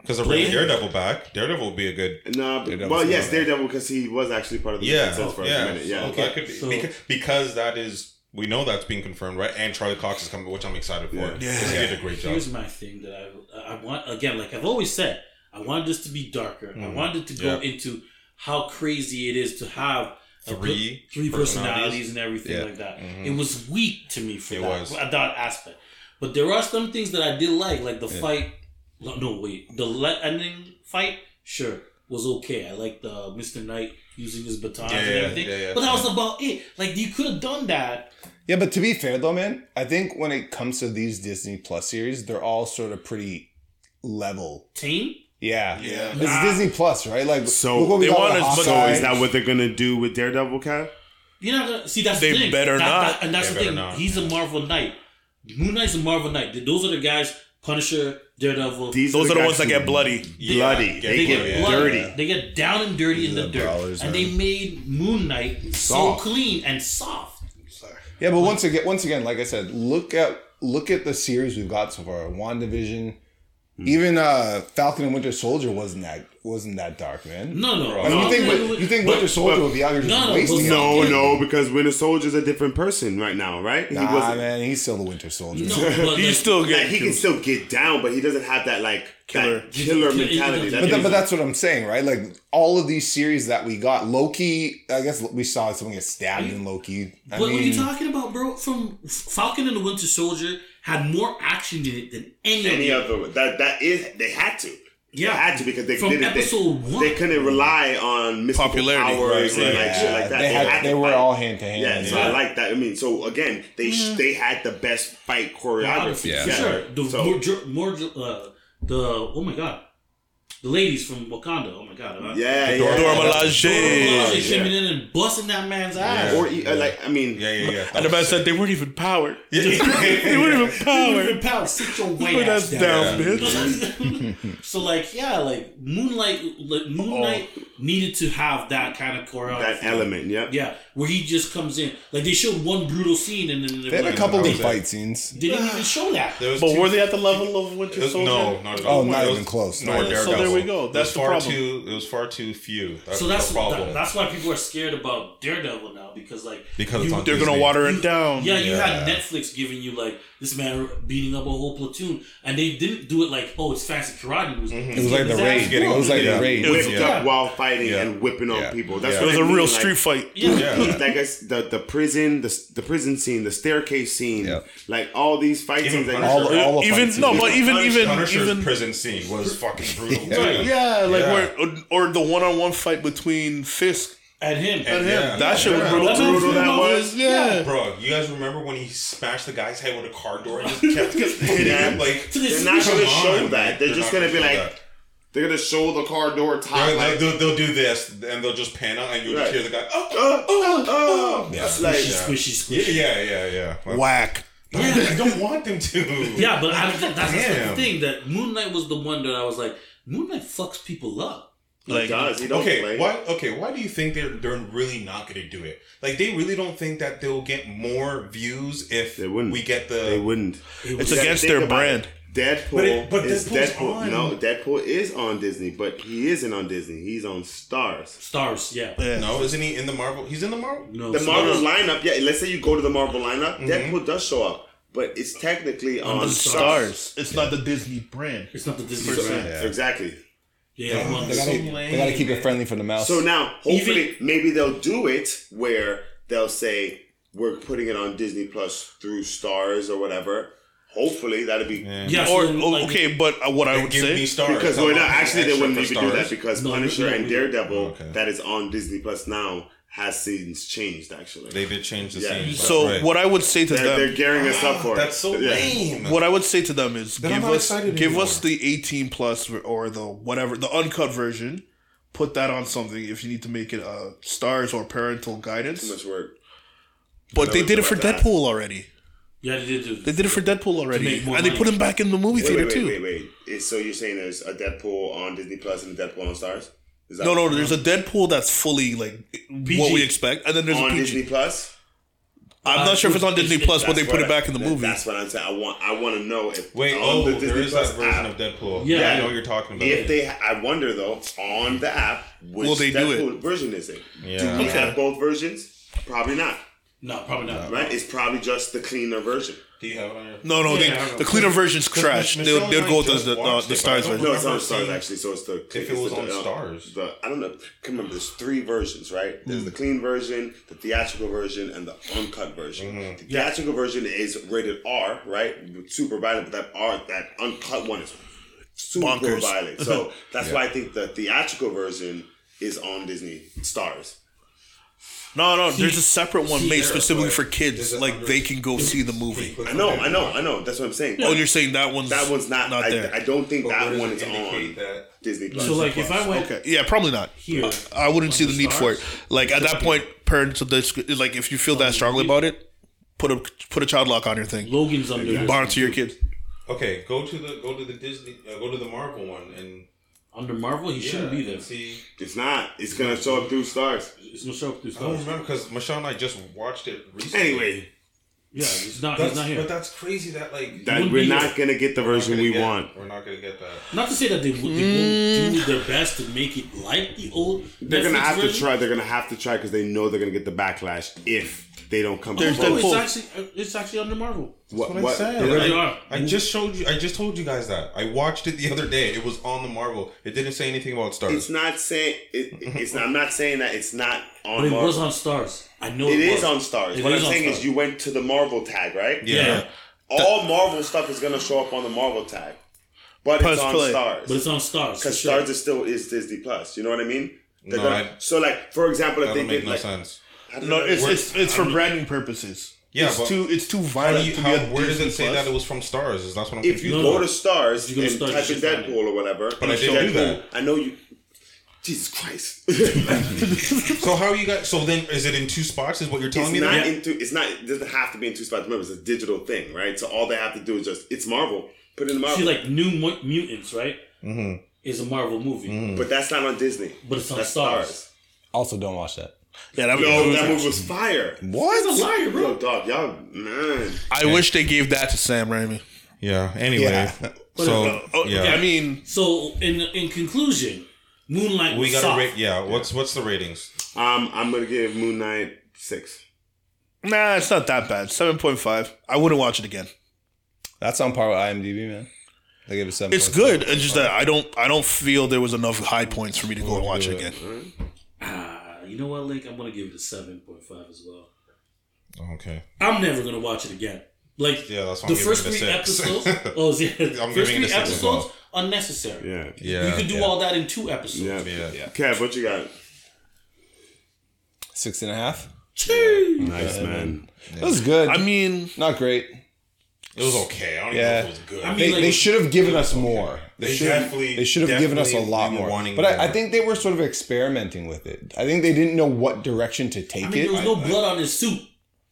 S5: Because they're bringing
S1: Blade?
S5: Daredevil back. Daredevil would be a good.
S7: No, but,
S4: Daredevil's
S7: uh, well, yes,
S4: not.
S7: Daredevil, because he was actually part of the
S5: Yeah,
S7: Defense for a
S5: yeah.
S7: minute. Yeah,
S5: so that could be,
S1: So-
S5: because, because that is we know that's being confirmed, right? And Charlie Cox is coming, which I'm excited for.
S7: Yeah.
S5: 'cause he did a great job.
S1: Here's my thing that I I want again, like I've always said, I wanted this to be darker. I
S5: Mhm.
S1: wanted to go
S5: Yeah.
S1: into how crazy it is to have a
S5: Three
S1: per- three personalities
S5: personalities.
S1: and everything
S5: Yeah.
S1: like that.
S5: Mhm.
S1: It was weak to me for
S5: It
S1: that,
S5: was.
S1: that aspect. But there are some things that I did like, like the fight. No, no, wait, the le- ending fight, sure, was okay. I liked the Mister Knight using his batons
S5: Yeah,
S1: and
S5: yeah,
S1: everything,
S5: yeah, yeah.
S1: but that was about it. Like you could have done that.
S4: Yeah, but to be fair though, man, I think when it comes to these Disney Plus series, they're all sort of pretty level.
S1: Team,
S4: Yeah,
S6: Yeah.
S4: It's Disney Plus, right? Like,
S7: So,
S4: look what we
S6: they
S4: got
S6: want
S4: with
S6: us- but-
S4: Hawkeye.
S6: so
S7: Is that what they're gonna do with Daredevil, Cat?
S1: You're not gonna see that's
S6: They
S1: the thing.
S6: better
S1: That-
S6: not.
S1: that- and that's
S5: They
S1: the
S5: better
S1: thing.
S5: not.
S1: He's a Marvel Knight. Moon Knight's a Marvel Knight. Th- Those are the guys. Punisher, Daredevil.
S7: These
S6: Those are the
S7: guys
S6: ones that
S7: who-
S6: get bloody.
S7: Bloody.
S5: Yeah,
S7: They get
S5: yeah.
S1: blood.
S7: dirty.
S1: They get down and dirty in the,
S4: are the
S1: dirt.
S4: brawlers,
S1: and
S4: man.
S1: they made Moon Knight
S4: Soft.
S1: so clean and soft.
S4: yeah, but once again, once again, like I said, look at look at the series we've got so far. Wandavision,
S7: Hmm.
S4: even uh, Falcon and Winter Soldier wasn't that wasn't that dark, man.
S1: No, no.
S4: I mean, you think
S1: Falcon
S4: Win-
S1: was-
S4: you think
S1: but-
S4: Winter Soldier
S7: but-
S4: would be out here just
S1: No, no,
S4: wasting?
S1: but-
S4: it?
S7: No,
S1: Yeah.
S7: no, because Winter Soldier's a different person right now, right? He
S4: Nah, man, he's still the Winter Soldier.
S1: No, but like,
S6: You still
S7: Like,
S6: get.
S7: he can still get down, but he doesn't have that like
S6: Killer.
S7: that
S1: Killer-
S7: killer mentality.
S1: But
S4: But,
S1: Yeah,
S7: That
S4: tha-
S1: he's
S4: but
S1: like-
S4: that's what I'm saying, right? Like all of these series that we got, Loki. I guess we saw someone get stabbed in Loki. I
S1: What were
S4: mean,
S1: you talking about, bro? From Falcon and the Winter Soldier had more action in it than any,
S7: any
S1: of the
S7: other that that is they had to.
S1: Yeah.
S7: they had to because they
S1: From
S7: didn't.
S1: episode
S7: they,
S1: one.
S7: they couldn't rely on mystical
S6: Popularity.
S7: powers
S6: Right,
S7: and
S6: right.
S7: like shit like that.
S4: They, had,
S7: to
S4: they were
S7: fight.
S4: all hand to
S7: Yeah,
S4: hand.
S7: so I like that. I mean, so again, they sh they had the best fight choreography.
S1: Yeah, for sure. The
S7: So-
S1: more, dr- more dr- uh, the oh my god, the ladies from Wakanda. Oh my god, uh,
S7: yeah, yeah.
S6: Dora
S1: Dora Milaje
S6: Milaje.
S1: coming in and busting that man's ass.
S7: Or uh, like, I mean,
S5: Yeah, yeah, yeah.
S6: And the man said they weren't even powered. they weren't even
S1: Power,
S6: powered.
S1: power, sit your
S6: Put
S1: white
S6: us
S1: ass down.
S6: down, bitch.
S1: so like, yeah, like Moonlight, like Moon Knight needed to have that kind of choreography.
S7: that element. Yeah,
S1: yeah, where he just comes in. Like they showed one brutal scene, and then they
S4: They had
S1: were
S4: a
S1: like,
S4: couple
S5: that
S4: good
S5: was it.
S4: fight scenes.
S1: They didn't even show that.
S5: There was
S6: But
S5: two-
S6: were they at the level of Winter
S5: It was-
S6: Soldier?
S5: no, not at
S4: Oh,
S5: all.
S4: not
S5: It
S4: even close.
S5: nor
S4: Not
S6: even-
S5: Daredevil.
S6: So there we go.
S5: It was
S6: That's the
S5: far
S6: problem.
S5: Too, it was far too few. That's
S1: so that's
S5: the problem.
S1: that- that's why people are scared about Daredevil now because like
S5: because it's
S6: You,
S5: on
S6: they're gonna
S5: Disney.
S6: water it down.
S1: Yeah, you had Netflix giving you like this man beating up a whole platoon, and they didn't do it like, oh, it's fancy karate moves.
S5: Mm-hmm.
S4: It was like the raid. It was like the raid.
S6: It was-
S7: whipped
S5: Yeah.
S7: up while fighting
S5: Yeah.
S7: and whipping on
S5: Yeah.
S7: people. That's
S5: Yeah.
S6: It
S7: what
S6: was
S7: I
S6: a
S7: mean,
S6: real
S7: like-
S6: street fight.
S1: Yeah,
S5: Yeah.
S7: like I s the the prison, the the prison scene, the staircase scene,
S4: Yeah.
S7: like all these fight
S5: Even
S7: scenes. Like,
S5: Punisher.
S4: All, the- all the
S6: even
S4: fight
S6: no,
S4: scenes.
S6: but even
S5: Punisher-
S6: even
S5: Punisher's
S6: even
S5: prison scene was fucking brutal.
S1: Right.
S6: yeah, like
S5: Yeah.
S6: where or or the one on one fight between Fisk
S1: and him.
S6: and him.
S5: Yeah.
S6: That shit was
S5: Yeah.
S6: brutal.
S1: That
S6: too.
S1: man's
S7: brutal that
S1: been
S7: was.
S1: always-
S6: Yeah.
S5: Bro, you guys remember when he smashed the guy's head with a car door and just kept hitting him? Like,
S1: To this-
S7: they're not
S5: Come
S7: gonna
S5: on,
S7: show
S5: man.
S7: that. They're,
S5: They're
S7: just
S5: not
S7: gonna be
S5: gonna
S7: like,
S5: show
S7: they're gey're gonna show the car door top.
S5: they're like,
S7: like,
S5: they'll, they'll do this and they'll just pan out and you'll
S7: Right.
S5: just hear the guy, oh,
S7: oh, oh, oh. Like,
S1: Squishy, squishy,
S5: Yeah,
S1: squishy.
S5: yeah, yeah, yeah.
S6: Whack.
S5: I don't want them to.
S1: Yeah, but I, that's, that's the
S5: Damn.
S1: thing that Moon Knight was the one that I was like, Moon Knight fucks people up.
S7: He does. He don't
S5: okay,
S7: play.
S5: why? Okay, why do you think they're they're really not going to do it? Like they really don't think that they'll get more views if
S7: They wouldn't.
S5: we get the.
S7: They wouldn't.
S6: It's
S7: You gotta
S6: against
S7: think
S6: their
S7: about
S6: brand.
S7: it. Deadpool
S5: But it- but
S7: is
S5: Deadpool's
S7: Deadpool.
S5: on-
S7: No, Deadpool is on Disney, but he isn't on Disney. He's on Stars.
S1: Stars, yeah.
S5: No, isn't he in the Marvel? He's in the Marvel.
S6: Oh,
S1: No,
S7: The
S1: Stars.
S7: Marvel lineup, yeah. Let's say you go to the Marvel lineup,
S5: Mm-hmm.
S7: Deadpool does show up, but it's technically on,
S1: the
S7: Stars.
S6: Stars. It's not the Disney brand.
S1: It's not the Disney brand.
S4: Yeah.
S7: Exactly.
S1: Yeah, I'm on
S4: They gotta,
S1: the
S4: they gotta keep it friendly for the mouse.
S7: So now, hopefully, maybe they'll do it where they'll say we're putting it on Disney Plus through Stars or whatever. Hopefully, that'll be
S1: yeah, so
S6: Or
S1: then,
S6: oh,
S1: like,
S6: okay, but uh, what I
S5: They
S6: would
S5: give
S6: say,
S5: me stars.
S7: because
S5: I'm
S7: well, no,
S5: not paying
S7: actually they
S5: extra
S7: wouldn't
S5: for
S7: even do that
S5: stars.
S7: because
S1: No,
S7: Punisher
S1: we-
S7: and
S1: we-
S7: Daredevil
S5: okay.
S7: that is on Disney Plus now has scenes changed actually.
S5: They did change the
S7: Yeah.
S5: scene.
S6: so
S5: right.
S6: what I would say to
S7: they're, they're
S6: them,
S7: gearing us up for it.
S5: Ah, That's so
S7: Yeah.
S5: lame.
S6: what I would say to them is
S5: Then I'm
S6: give
S5: not
S6: us
S5: excited
S6: give
S5: anymore.
S6: us the eighteen plus or- or the whatever the uncut version. Put that on something if you need to make it uh, stars or parental
S7: Too much
S6: guidance.
S7: work.
S6: But they
S7: was
S6: did it for
S7: about to ask.
S6: Deadpool already.
S1: Yeah, they did do
S6: They did it for Deadpool already,
S1: make more
S6: and they
S1: money.
S6: put him back in the movie
S7: Wait,
S6: theater
S7: wait, wait,
S6: too.
S7: wait, wait. Is- So you're saying there's a Deadpool on Disney Plus and a Deadpool on Stars? Is that
S6: No, no, there's a Deadpool that's fully like what we expect, and then there's a
S7: on
S6: PG.
S7: Disney Plus.
S6: I'm not sure if it's on Disney Plus, but they
S7: That's
S6: put it
S7: what I-
S6: back in the
S7: that-
S6: movie.
S7: That's what I'm saying. I want. I want to know if
S5: Wait,
S7: on
S5: oh,
S7: Um, the
S5: there
S7: Disney
S5: is that
S7: Plus
S5: version
S7: app,
S5: of Deadpool.
S1: Yeah.
S5: Yeah, I know what you're talking about.
S7: If they, I wonder though, on the app, which
S6: Will they do it?
S7: Deadpool version is it? Do
S5: yeah.
S7: we have both versions? Probably not.
S1: No, probably not.
S7: Right? It's probably just the cleaner version.
S5: Do you have it on your?
S6: No,
S1: Yeah,
S6: no,
S1: I
S6: they,
S1: don't
S6: the
S1: know.
S6: cleaner version's trash.
S5: Mich-
S6: They'll,
S5: Michelle
S6: they'll
S5: and
S6: go
S5: I
S6: with
S5: just
S6: the, the, uh,
S5: watched
S6: the
S5: it,
S6: stars
S5: but I don't
S6: version.
S7: No, it's on
S5: remember
S7: Stars
S5: seeing-
S7: actually, so it's the.
S5: it
S7: it's
S5: was
S7: the-
S5: on
S7: uh,
S5: Stars. Mm.
S7: the I don't know. Can remember. There's three versions, right? There's the clean version, the theatrical version, and the uncut version.
S5: Mm-hmm.
S7: The theatrical version is rated R, right? Super violent, but that R, that uncut one is super
S6: Bonkers.
S7: violent. So that's why I think the theatrical version is on Disney Stars.
S6: No, no, there's a separate one made
S1: there,
S6: specifically
S5: but
S6: for
S5: there's
S6: kids.
S5: a
S6: Like
S5: hundred-
S6: they can go see the movie.
S7: I know, I know, I know. That's what I'm saying.
S6: Oh, you're saying that one's
S7: that one's not.
S6: not
S7: I,
S6: there.
S7: I don't think
S5: But where
S7: that
S5: does
S7: one
S5: it
S7: is on
S5: indicate that?
S7: Disney Plus.
S1: So like, if I went
S6: okay, yeah, probably not.
S1: here,
S6: I wouldn't see the need for it.
S1: Stars?
S6: Like at that point, parents, of this- like if you feel that strongly about it, put a put a child lock on your thing.
S1: Logan's under this
S6: Bond to your kids.
S5: Okay, go to the go to the Disney, uh, go to the Marvel one, and
S1: under Marvel. He shouldn't be
S5: and
S1: there.
S5: See,
S7: It's not. It's gonna show up through Stars.
S1: It's gonna show up through
S5: I don't
S1: stars.
S5: remember because Michelle and I just watched it recently.
S7: Anyway,
S1: Yeah, he's not.
S5: that's,
S1: he's not
S5: but
S1: here.
S5: that's crazy. That like
S7: that
S1: wouldn't
S7: we're
S1: be
S7: not gonna get the version we
S5: get-
S7: want.
S5: We're not gonna get that.
S1: Not to say that they, w- they won't do their best to make it like the old.
S7: Hmm. They're gonna
S1: Netflix
S7: have to
S1: version.
S7: try. They're gonna have to try because they know they're gonna get the backlash if they don't come.
S6: There's
S1: Oh,
S7: forward.
S1: it's actually it's actually under Marvel.
S7: what,
S5: That's what,
S7: what-
S5: I said.
S1: They really
S5: I,
S1: are.
S5: I just showed you. I just told you guys that. I watched it the other day. It was on the Marvel. It didn't say anything about Star.
S7: It's not saying. It, it's not, I'm not saying that it's not on.
S1: But it
S7: Marvel.
S1: was on Stars. I know
S7: It
S1: it,
S7: is
S1: was.
S7: on Stars.
S1: It
S7: what I'm
S1: is on
S7: saying is,
S1: Stars.
S7: you went to the Marvel tag, right?
S1: Yeah.
S7: All Marvel stuff is gonna show up on the Marvel tag, but
S6: Press
S7: it's on
S6: play.
S7: Stars.
S1: but it's on Stars.
S7: because
S1: Sure.
S7: Stars is still is Disney Plus. You know what I mean? They're
S5: No,
S7: gonna-
S5: I-
S7: so like for example, if
S5: That
S7: they
S5: don't make
S7: did
S5: no
S7: like
S5: sense.
S7: how did
S6: No,
S7: that
S6: it's
S7: work?
S6: it's, it's for branding purposes.
S5: Yeah,
S6: it's
S5: but
S6: too it's too
S5: How
S6: violent
S5: do you,
S6: to
S5: how,
S6: be a
S5: where does
S6: Disney
S5: it say
S6: Plus.
S5: that it was from Stars? Is that's what I'm
S7: if you
S5: confused.
S1: No,
S7: go
S1: no.
S7: to Stars
S1: If you go to
S7: and
S1: Stars,
S7: type
S1: you
S7: in
S1: should find
S7: Deadpool or whatever,
S5: But I
S7: it'll
S5: didn't
S7: show
S5: do
S7: you.
S5: that.
S7: I know you. Jesus Christ!
S5: so how are you guys? So then, is it in two spots? Is what you're telling
S7: it's
S5: me?
S7: not
S5: that?
S7: into. It's not. It doesn't have to be in two spots. Remember, it's a digital thing, right? So all they have to do is just. It's Marvel. Put it in Marvel.
S1: See, like New Mu- Mutants, right? Mm-hmm. Is a Marvel movie,
S7: but that's not on Disney.
S1: but it's on
S7: Mm-hmm. That's
S1: Stars.
S4: also, don't watch that.
S6: Yeah, that,
S7: Yo, that movie was fire.
S4: What?
S1: Liar,
S7: Yo,
S1: bro.
S7: dog, y'all man.
S6: I wish they gave that to Sam Raimi.
S5: Yeah. Anyway.
S4: Yeah.
S5: So
S6: Oh,
S5: yeah,
S6: I mean,
S1: So, in in conclusion, Moonlight.
S5: we
S1: was
S5: got to
S1: soft.
S5: rate. Yeah. What's what's the ratings?
S7: Um, I'm gonna give Moon Knight six.
S6: nah, it's not that bad. Seven point five. I wouldn't watch it again.
S4: That's on par with IMDb, man. They gave it seven.
S6: It's good. It's just that I don't I don't feel there was enough high points for me to go and watch it again.
S1: Ah, you know what, Link? I'm gonna give it a seven point five as well.
S5: Okay.
S1: I'm never gonna watch it again. Like
S5: Yeah, that's why
S1: the
S5: I'm giving
S1: first
S5: it a
S1: three
S5: six.
S1: episodes. Oh, yeah. first
S5: I'm giving it
S1: three
S5: a six
S1: episodes
S5: as well.
S1: unnecessary.
S7: Yeah.
S5: Yeah.
S1: you could do
S5: yeah.
S1: all that in two episodes.
S7: Yeah.
S5: Yeah.
S7: Kev, what you got?
S4: Six and a half.
S1: Chee.
S7: Nice man.
S4: It was good.
S6: I mean,
S4: Not great.
S5: It was okay. I don't
S4: Yeah.
S5: even know if it was good.
S1: I mean,
S4: They,
S1: like,
S4: they should have given us more. They,
S5: They
S4: should have.
S5: definitely-
S4: They should have given us a
S5: definitely
S4: lot
S5: were
S4: more.
S5: wanting
S4: But I, I
S5: more.
S4: think they were sort of experimenting with it. I think they didn't know what direction to take
S1: I mean, there
S4: it.
S1: was no blood on his suit.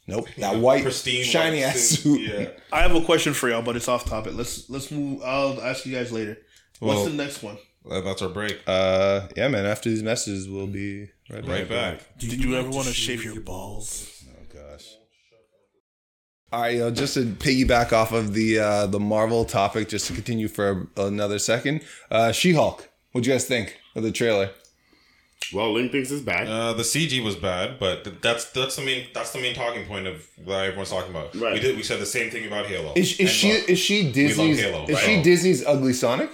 S4: nope. That white,
S5: pristine,
S4: shiny
S5: white
S4: ass suit.
S5: Yeah.
S6: I have a question for y'all, but it's off topic. Let's let's move. I'll ask you guys later. What's the next one?
S5: That- That's our break.
S4: Uh, yeah, man. After these messages, we'll be right back.
S5: Right back.
S6: Did you ever want to shave your
S1: balls?
S4: Oh gosh. All right, yo, just to piggyback off of the uh, the Marvel topic, just to continue for another second. Uh, she Hulk. What'd you guys think of the trailer?
S7: Well, Link thinks it's back.
S5: Uh, the CG was bad, but th- that's that's the main that's the main talking point of what everyone's talking about.
S7: Right.
S5: We did we said the same thing about Halo.
S4: Is, is
S5: And
S4: she
S5: look,
S4: is she Disney's
S5: Halo,
S4: is
S5: right?
S4: she Disney's Ugly Sonic?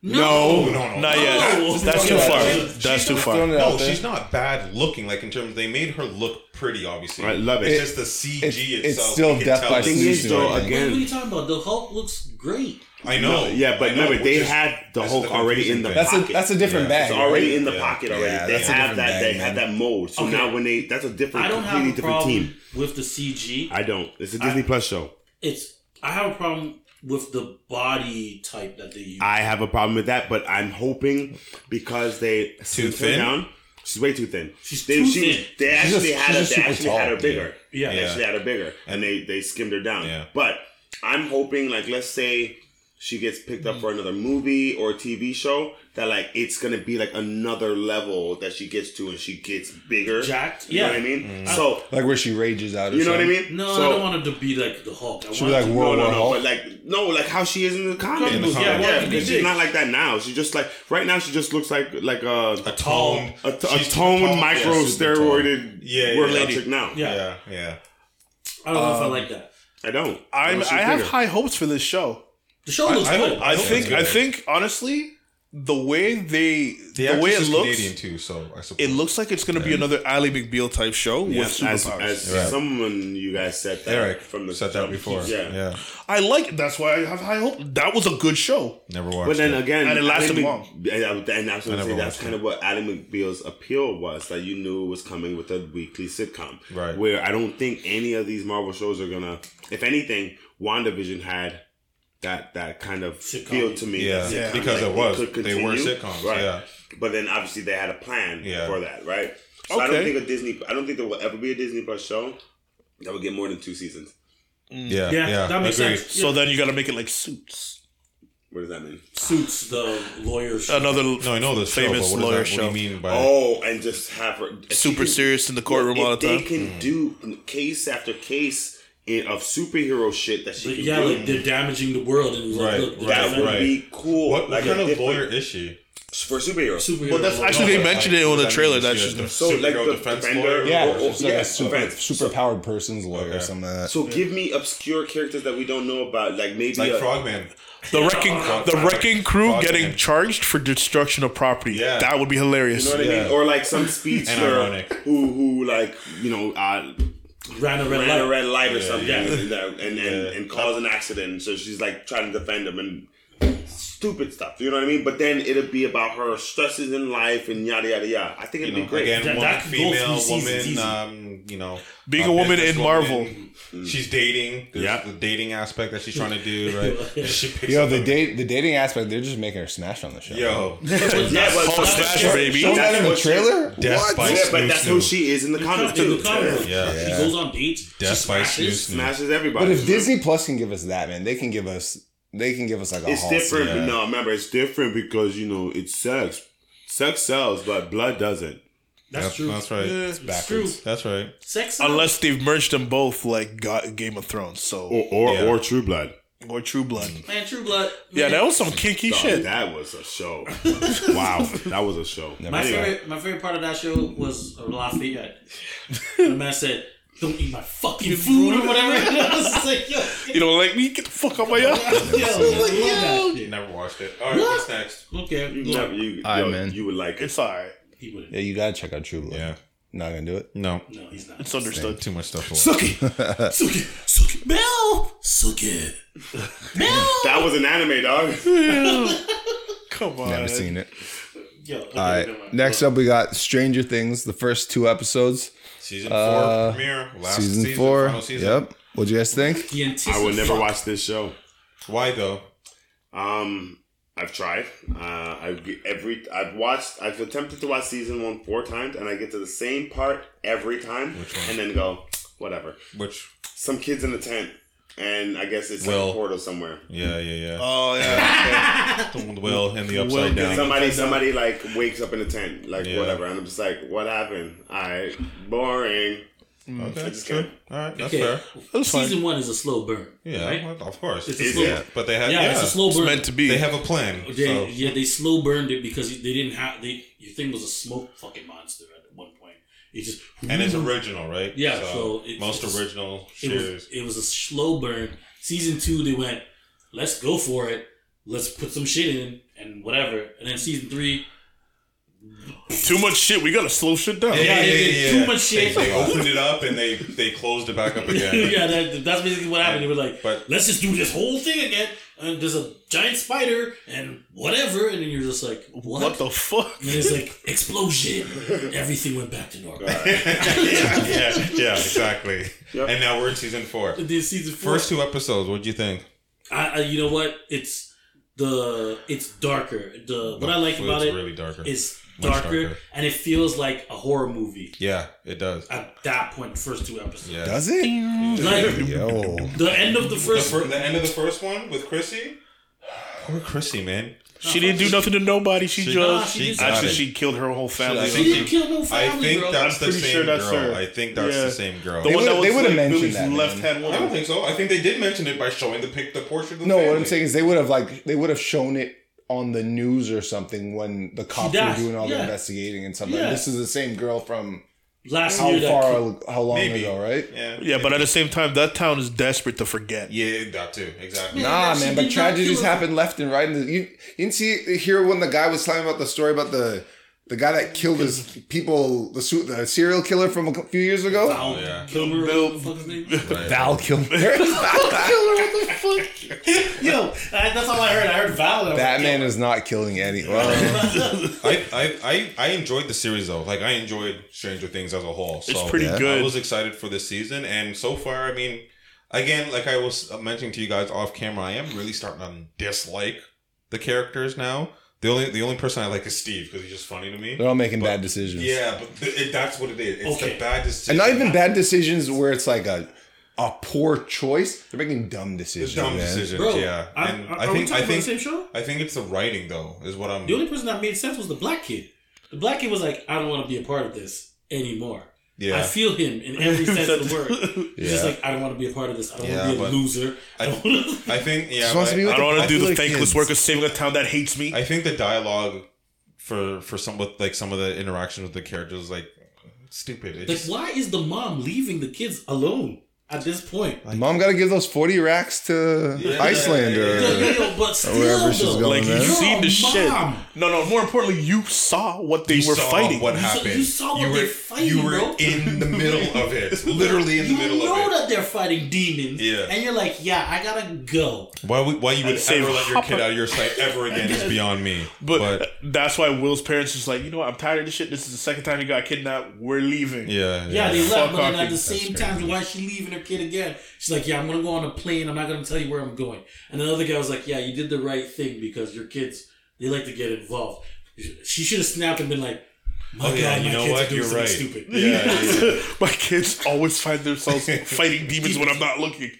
S6: No,
S5: no, no,
S6: not
S5: no.
S6: yet.
S1: No.
S6: That's too far.
S5: She's-
S6: That's too
S4: Just
S6: far.
S4: throwing it
S5: no,
S4: out there.
S5: she's not bad looking. Like in terms, they made her look pretty. Obviously,
S7: I love it.
S5: It's just the CG
S4: It's-
S5: itself.
S4: it's still
S5: you can
S4: death
S5: tell
S4: by
S5: it's
S7: thing is,
S4: Susie,
S7: though,
S4: right?
S1: What are
S7: again,
S1: you talking about? The Hulk looks great.
S5: I know.
S7: yeah, but
S5: I know,
S7: remember they
S5: which is-
S7: had the
S5: that's
S7: Hulk already
S5: confusing
S7: in the
S5: thing.
S4: That's a
S7: pocket.
S4: that's a different
S5: Yeah,
S4: bag.
S7: It's already
S4: right?
S7: in the
S5: Yeah.
S7: pocket already.
S4: Yeah,
S7: they
S4: that's a
S7: have
S4: different
S7: that.
S4: bag,
S7: they
S4: man.
S7: have that mold. So
S1: Okay.
S7: now when they, that's a different,
S1: I don't have
S7: completely
S1: a
S7: different
S1: problem
S7: team.
S1: with the CG.
S7: I don't. It's a Disney Plus show.
S1: It's I have a problem with the body type that they use.
S7: I have a problem with that, but I'm hoping because they
S5: Too
S7: slimmed her
S5: thin?
S7: Down, she's way too thin.
S1: She's
S7: they,
S1: too
S7: she,
S1: thin.
S7: They
S4: She's
S7: actually
S4: just-
S7: had
S4: she's
S7: her.
S4: just
S7: They
S4: super
S7: actually had her
S4: tall,
S7: bigger.
S1: yeah.
S7: They
S5: Yeah.
S7: actually had her bigger, and they they skimmed her down.
S5: Yeah.
S7: But I'm hoping, like, let's say she gets picked up for another movie or TV show, that like it's gonna be like another level that she gets to, and she gets bigger.
S1: Jacked?
S7: You
S1: Yeah.
S7: know what I mean?
S5: Mm.
S7: So
S4: like where she rages out. Or
S7: you know what I
S4: something.
S7: mean?
S1: No,
S7: So-
S1: I don't want him to be like the Hulk. I
S4: She was
S1: want
S4: like
S1: him to-
S4: World
S7: no,
S4: War
S7: no, no,
S4: Hulk.
S7: but like no, like how she is in the comic
S1: Comic
S7: books.
S5: books,
S7: Yeah,
S5: yeah,
S7: yeah,
S1: well,
S7: because she's
S1: big.
S7: not like that now. She's just like right now. She just looks like like a
S5: a toned,
S7: a, t- a
S5: she's
S7: toned
S5: toned,
S7: micro
S5: yeah, super toned.
S7: steroided
S5: Yeah, yeah,
S7: workout
S5: lady.
S7: chick now.
S1: Yeah.
S5: Yeah, yeah.
S1: I don't know if I like that.
S7: I don't.
S6: I'm, I
S7: don't see
S6: have
S7: bigger.
S6: high hopes for this show.
S1: The show looks
S5: I
S1: good.
S5: hope-
S6: I
S5: hope
S6: think.
S5: it's good.
S6: I think honestly, the way they,
S5: The,
S6: the way
S5: actress
S6: it
S5: is
S6: looks,
S5: Canadian too, so I suppose.
S6: it looks like it's going to be another Ali McBeal type show
S7: Yeah,
S6: with
S7: as,
S6: superpowers.
S7: as
S5: Right.
S7: someone you guys said that
S5: Eric
S7: from the
S5: said that before.
S7: Yeah.
S5: yeah.
S6: I like it. That's why I have high hope. That was a good show.
S5: Never watched.
S7: But then uh,
S5: it.
S7: again,
S6: And it lasted
S7: Adam
S6: long.
S7: Mc- And I, and I was going
S5: I
S7: to
S5: never
S7: say that's
S5: watched
S7: kind
S5: it.
S7: of what Adam McBeal's appeal was that you knew was coming with a weekly sitcom.
S5: Right.
S7: Where I don't think any of these Marvel shows are gonna. If anything, WandaVision had that that kind of
S1: Sitcom.
S7: feel to me.
S5: yeah,
S7: that sitcom,
S5: because
S7: like,
S5: it was
S7: could
S5: they were
S7: continue.
S5: sitcoms.
S7: Right.
S5: Yeah,
S7: But then obviously they had a plan
S5: Yeah.
S7: for that, right? So I don't
S6: Okay.
S7: think a Disney. I don't think there will ever be a Disney Plus show that would get more than two seasons.
S5: yeah,
S1: yeah, that makes
S5: Agreed.
S1: sense.
S6: So then you got to make it like Suits,
S7: What does that mean?
S1: Suits the lawyers.
S6: another
S5: No, I know the
S6: famous
S5: show, but what
S6: lawyer
S5: does that,
S6: show.
S5: What do you mean by?
S7: Oh, and just have her
S6: Super serious in the
S7: Well,
S6: courtroom
S7: if
S6: all the
S7: they
S6: time.
S7: can
S5: Mm.
S7: do case after case in, of superhero shit that she
S1: But
S7: can
S1: yeah,
S7: do.
S1: like they're damaging the world. And like,
S5: Right,
S1: look, the
S5: right,
S7: that would
S1: government-
S5: right.
S7: be cool.
S5: What, what
S7: like
S5: kind
S7: a
S5: of
S7: different-
S5: lawyer is she?
S7: for superheroes?
S1: Superhero.
S6: Well, that's actually- They mentioned it on the trailer that she's gonna-
S7: So, like, the defender-
S4: Yeah,
S7: Oh, oh,
S4: she's like
S7: yeah,
S4: a super,
S7: offense.
S4: super powered person's lawyer or
S5: Okay.
S4: something like that.
S7: so give me obscure characters that we don't know about, like maybe
S5: like
S7: a,
S5: Frogman.
S6: The wrecking, the wrecking crew
S5: Frog
S6: getting
S5: Man.
S6: charged for destruction of property.
S5: Yeah.
S6: that would be
S7: you
S6: hilarious.
S7: know what I
S5: Yeah.
S7: mean, or like some speedster
S5: ironic.
S7: who who like you know uh,
S1: ran a red
S7: ran a
S1: light.
S7: red light or something,
S1: yeah.
S7: and and, and, and caused an accident. So she's like trying to defend him and stupid stuff. You know what I mean? But then it'll be about her stresses in life and yada yada yada. I think
S5: You
S7: it'd
S5: know,
S7: be great.
S5: again,
S1: That-
S5: woman,
S1: that could go
S5: female,
S1: three
S5: woman.
S1: seasons easy.
S5: Um, you know,
S6: Being a woman in
S5: businesswoman.
S6: Marvel.
S5: She's dating. There's
S7: Yeah.
S5: the dating aspect that she's trying to do. Right. she picks
S4: Yo,
S5: up
S4: the
S5: a-
S4: date the dating aspect, they're just making her smash on the show.
S5: Yo,
S7: Yeah, but
S6: Paul
S7: that's-
S6: Smash,
S7: that's-
S6: baby.
S4: Show that
S7: that's
S4: in the
S7: what she-
S4: trailer?
S5: Death by
S7: Yeah, but
S5: Snoo
S7: that's
S5: Snoo.
S7: who she is in the
S1: In the
S7: comics
S1: comic- in
S7: too.
S1: the comic book.
S5: Yeah.
S1: She goes on dates. she
S5: Death by
S1: smashes.
S5: Snoo Snoo.
S7: Smashes everybody.
S4: But if Disney Plus can give us that, man, they can give us they can give us like a
S7: it's
S4: Hulk.
S7: different. but No, remember, it's different because you know it's sex. Sex sells, but blood doesn't.
S1: That's true.
S5: That's right.
S1: It's true.
S5: That's right.
S1: Sex.
S6: Unless they've merged them both, like Ga- Game of Thrones, so
S7: Or or,
S5: Yeah.
S7: or True Blood.
S5: Oh.
S6: or True Blood.
S5: Mm.
S1: man, True Blood.
S6: Yeah,
S1: man.
S6: that was some kinky
S7: Dog,
S6: shit.
S7: That was a show. wow, that was a show.
S1: My favorite, my favorite part of that show was Lafayette. the man said, "Don't eat my fucking food or whatever." And I was just like, "Yo,
S6: You know, like me, get the fuck out my yard.
S1: yo, yo."
S5: You never watched it. All right, what's next?
S1: Okay,
S7: You,
S1: yeah,
S7: never- you,
S4: Aye,
S7: yo,
S4: man.
S7: you would like it.
S6: It's alright.
S1: he wouldn't.
S4: Yeah, you gotta check out True Blood.
S5: Yeah.
S4: Not gonna do it.
S5: No.
S1: No, he's not.
S6: It's understood.
S5: Too much stuff. to watch.
S1: Suki, Suki, Suki, Mel, Suki, Mel.
S7: That was an anime, dog.
S6: Come on.
S4: Never seen it.
S1: Yo, okay,
S4: All
S1: never
S4: right.
S1: mind.
S4: Next up, we got Stranger Things, the first two episodes,
S5: Season four
S4: Uh,
S5: premiere. Last
S4: season,
S5: season,
S4: four.
S5: Final season.
S4: Yep. What'd you guys think?
S1: The
S7: I would
S1: anticipation-
S7: never watch this show.
S5: Why though?
S7: Um, I've tried. Uh, I've every I've watched. I've attempted to watch season one four times, and I get to the same part every time,
S5: Which one?
S7: and then go whatever.
S5: Which
S7: Some kids in a tent. and I guess it's like
S5: Will.
S7: a portal somewhere.
S5: Yeah, yeah, yeah.
S6: Oh yeah.
S5: the will and the upside
S6: Will.
S5: down.
S7: Somebody, somebody like wakes up in a tent, like
S5: Yeah.
S7: whatever, and I'm just like, what happened? I boring.
S5: Okay,
S7: I just
S5: true.
S7: can't.
S5: All right, that's
S1: Okay.
S5: fair.
S6: That's fine.
S1: Season one is a slow burn.
S5: Yeah,
S1: Right?
S5: well, of course.
S1: It's a slow-
S5: yeah, but they have
S1: yeah,
S5: yeah,
S1: it's a slow
S6: It's
S1: burn.
S6: meant to be.
S5: They have a plan.
S1: They,
S5: so.
S1: Yeah, they slow burned it because they didn't have they. Your thing was a smoke fucking monster at one point. It just
S5: And it's original, right?
S1: Yeah, so it's-
S5: most
S1: it's-
S5: original
S1: it
S5: series.
S1: was it was a slow burn. Season two, they went, let's go for it. Let's put some shit in and whatever. And then season three,
S6: Too much shit. We gotta slow shit down.
S1: Yeah, they did too much shit.
S5: They, they opened it up and they they closed it back up
S1: yeah,
S5: again.
S1: that, that's basically what happened. They were like,
S5: But-
S1: let's just do this whole thing again. And there's a giant spider and whatever. And then you're just like, what?
S6: What? the fuck?
S1: and then it's like explosion. Everything went back to normal.
S5: yeah, yeah, exactly. And now we're in season four.
S1: Then season four,
S5: First two episodes, what'd you think?
S1: I, I, you know what? It's the it's darker. The what I like
S5: It's
S1: about it
S5: really darker.
S1: is
S5: Much
S1: darker,
S5: darker.
S1: and it feels like a horror movie
S5: yeah, it does.
S1: at that point. The first two episodes,
S5: Yeah.
S4: Does it?
S1: like
S4: Yo.
S1: the end of the
S5: the,
S1: first.
S5: fir- the end of the first one with Chrissy? Poor Chrissy, man.
S6: She didn't do nothing to nobody. She,
S5: She-
S1: Nah,
S6: just
S1: she did
S5: got
S6: actually
S5: it.
S6: she killed her whole family.
S5: I
S1: she
S5: think-
S1: didn't kill no
S5: I
S1: family,
S5: think
S1: bro.
S5: that's
S6: I'm
S5: the
S6: pretty
S5: same
S6: sure that's
S5: girl.
S6: her.
S5: I think that's
S6: Yeah.
S5: the same girl.
S6: the one
S4: would've-
S6: that
S4: they
S6: was
S4: would've
S6: like
S4: mentioned
S6: Billy's
S4: that, man.
S6: left hand
S5: I don't
S6: woman.
S5: think so. I think they did mention it by showing the pic, the portrait of the
S4: No, what I'm
S5: family.
S4: saying is they would have like they would have shown it on the news or something when the cops were
S1: died,
S4: doing all the
S1: yeah.
S4: investigating and something.
S1: Yeah.
S4: This is the same girl from
S1: Last
S4: how
S1: year, that kid-
S4: far how long
S5: Maybe.
S4: ago, right?
S5: Yeah.
S6: Yeah, but at the same time, that town is desperate to forget.
S5: Yeah, that too. Exactly.
S4: Nah,
S1: she
S4: man,
S1: did
S4: but
S1: not
S4: tragedies
S1: kill her.
S4: happen left and right. And you, you didn't see hear when the guy was telling about the story about the the guy that killed his people, the, su- the serial killer from a cou- few years ago.
S1: Val
S5: yeah.
S1: Kilmer, what the fuck his name? is?
S4: Val Kilmer.
S1: Yo, I, that's all I heard. I heard Val. and I was like,
S4: Batman is not killing any. Well,
S5: I, I, I, I enjoyed the series though. Like I enjoyed Stranger Things as a whole. So
S6: It's pretty Yeah. good.
S5: I was excited for this season, and so far, I mean, again, like I was mentioning to you guys off camera, I am really starting to dislike the characters now. The only the only person I like is Steve because he's just funny to me.
S4: they're all making bad decisions.
S5: Yeah, but th- it, that's what it is. It's
S1: Okay.
S5: the bad decision.
S4: and not even bad decisions where it's like a a poor choice. They're making dumb
S5: It's
S4: decisions.
S5: dumb
S4: man.
S5: decisions.
S1: Bro,
S5: yeah,
S1: I,
S5: and
S1: are,
S5: I
S1: are we
S5: think
S1: talking
S5: I
S1: about the same
S5: think
S1: show?
S5: I think it's the writing though is what I'm.
S1: The only person that made sense was the black kid. The black kid was like, I don't want to be a part of this anymore. I
S5: yeah,
S1: feel him in every sense of the word. He's just like, I don't want to be a part of this. I don't
S5: Yeah,
S1: want to be a
S5: but-
S1: loser. I don't want to.
S5: I think yeah.
S4: Just wants
S5: but
S4: to be
S6: I don't want
S4: I
S6: to do
S4: feel
S6: the
S4: like
S6: thankless
S4: kids-
S6: work of saving a town that hates me.
S5: I think the dialogue for for some with like some of the interactions with the characters is, like stupid. It's
S1: Like,
S5: just-
S1: why is the mom leaving the kids alone at this point?
S4: Mom got to give those forty racks to
S5: Yeah.
S4: Iceland or
S5: Yeah, yeah,
S1: Yo, but still,
S4: wherever she's
S1: though,
S4: going,
S6: like
S4: man.
S6: you've
S1: You're
S6: seen
S1: a
S6: the shit.
S1: mom.
S6: No, no. More importantly, you saw what they
S5: You
S6: were
S5: saw
S6: fighting.
S5: What
S1: You saw-
S5: happened?
S1: you saw what
S5: were,
S1: they're fighting,
S5: You were
S1: bro.
S5: in the middle of it, literally in the
S1: You
S5: middle
S1: know
S5: of it.
S1: that they're fighting demons,
S5: Yeah.
S1: and you're like, yeah, I gotta go.
S5: Why, would- why you would
S6: save
S5: ever let your
S6: Hopper.
S5: kid out of your sight ever again is beyond me.
S6: But,
S5: But,
S6: that's why Will's parents is like, you know what? I'm tired of this shit. This is the second time you got kidnapped. We're leaving.
S5: yeah,
S1: Yeah, they left,
S6: Fuck
S1: but then
S6: off,
S1: at the
S6: that's
S1: same time, why is she leaving her kid again? She's like, yeah, I'm gonna go on a plane. I'm not gonna tell you where I'm going. And another guy was like, yeah, you did the right thing because your kids they like to get involved. She should have snapped and been like, my
S5: Oh,
S1: god,
S5: yeah,
S1: my
S5: you know
S1: kids are
S5: what?
S1: doing
S5: You're
S1: something
S5: right.
S1: stupid.
S5: Yeah, yeah.
S6: My kids always find themselves fighting demons when I'm not looking.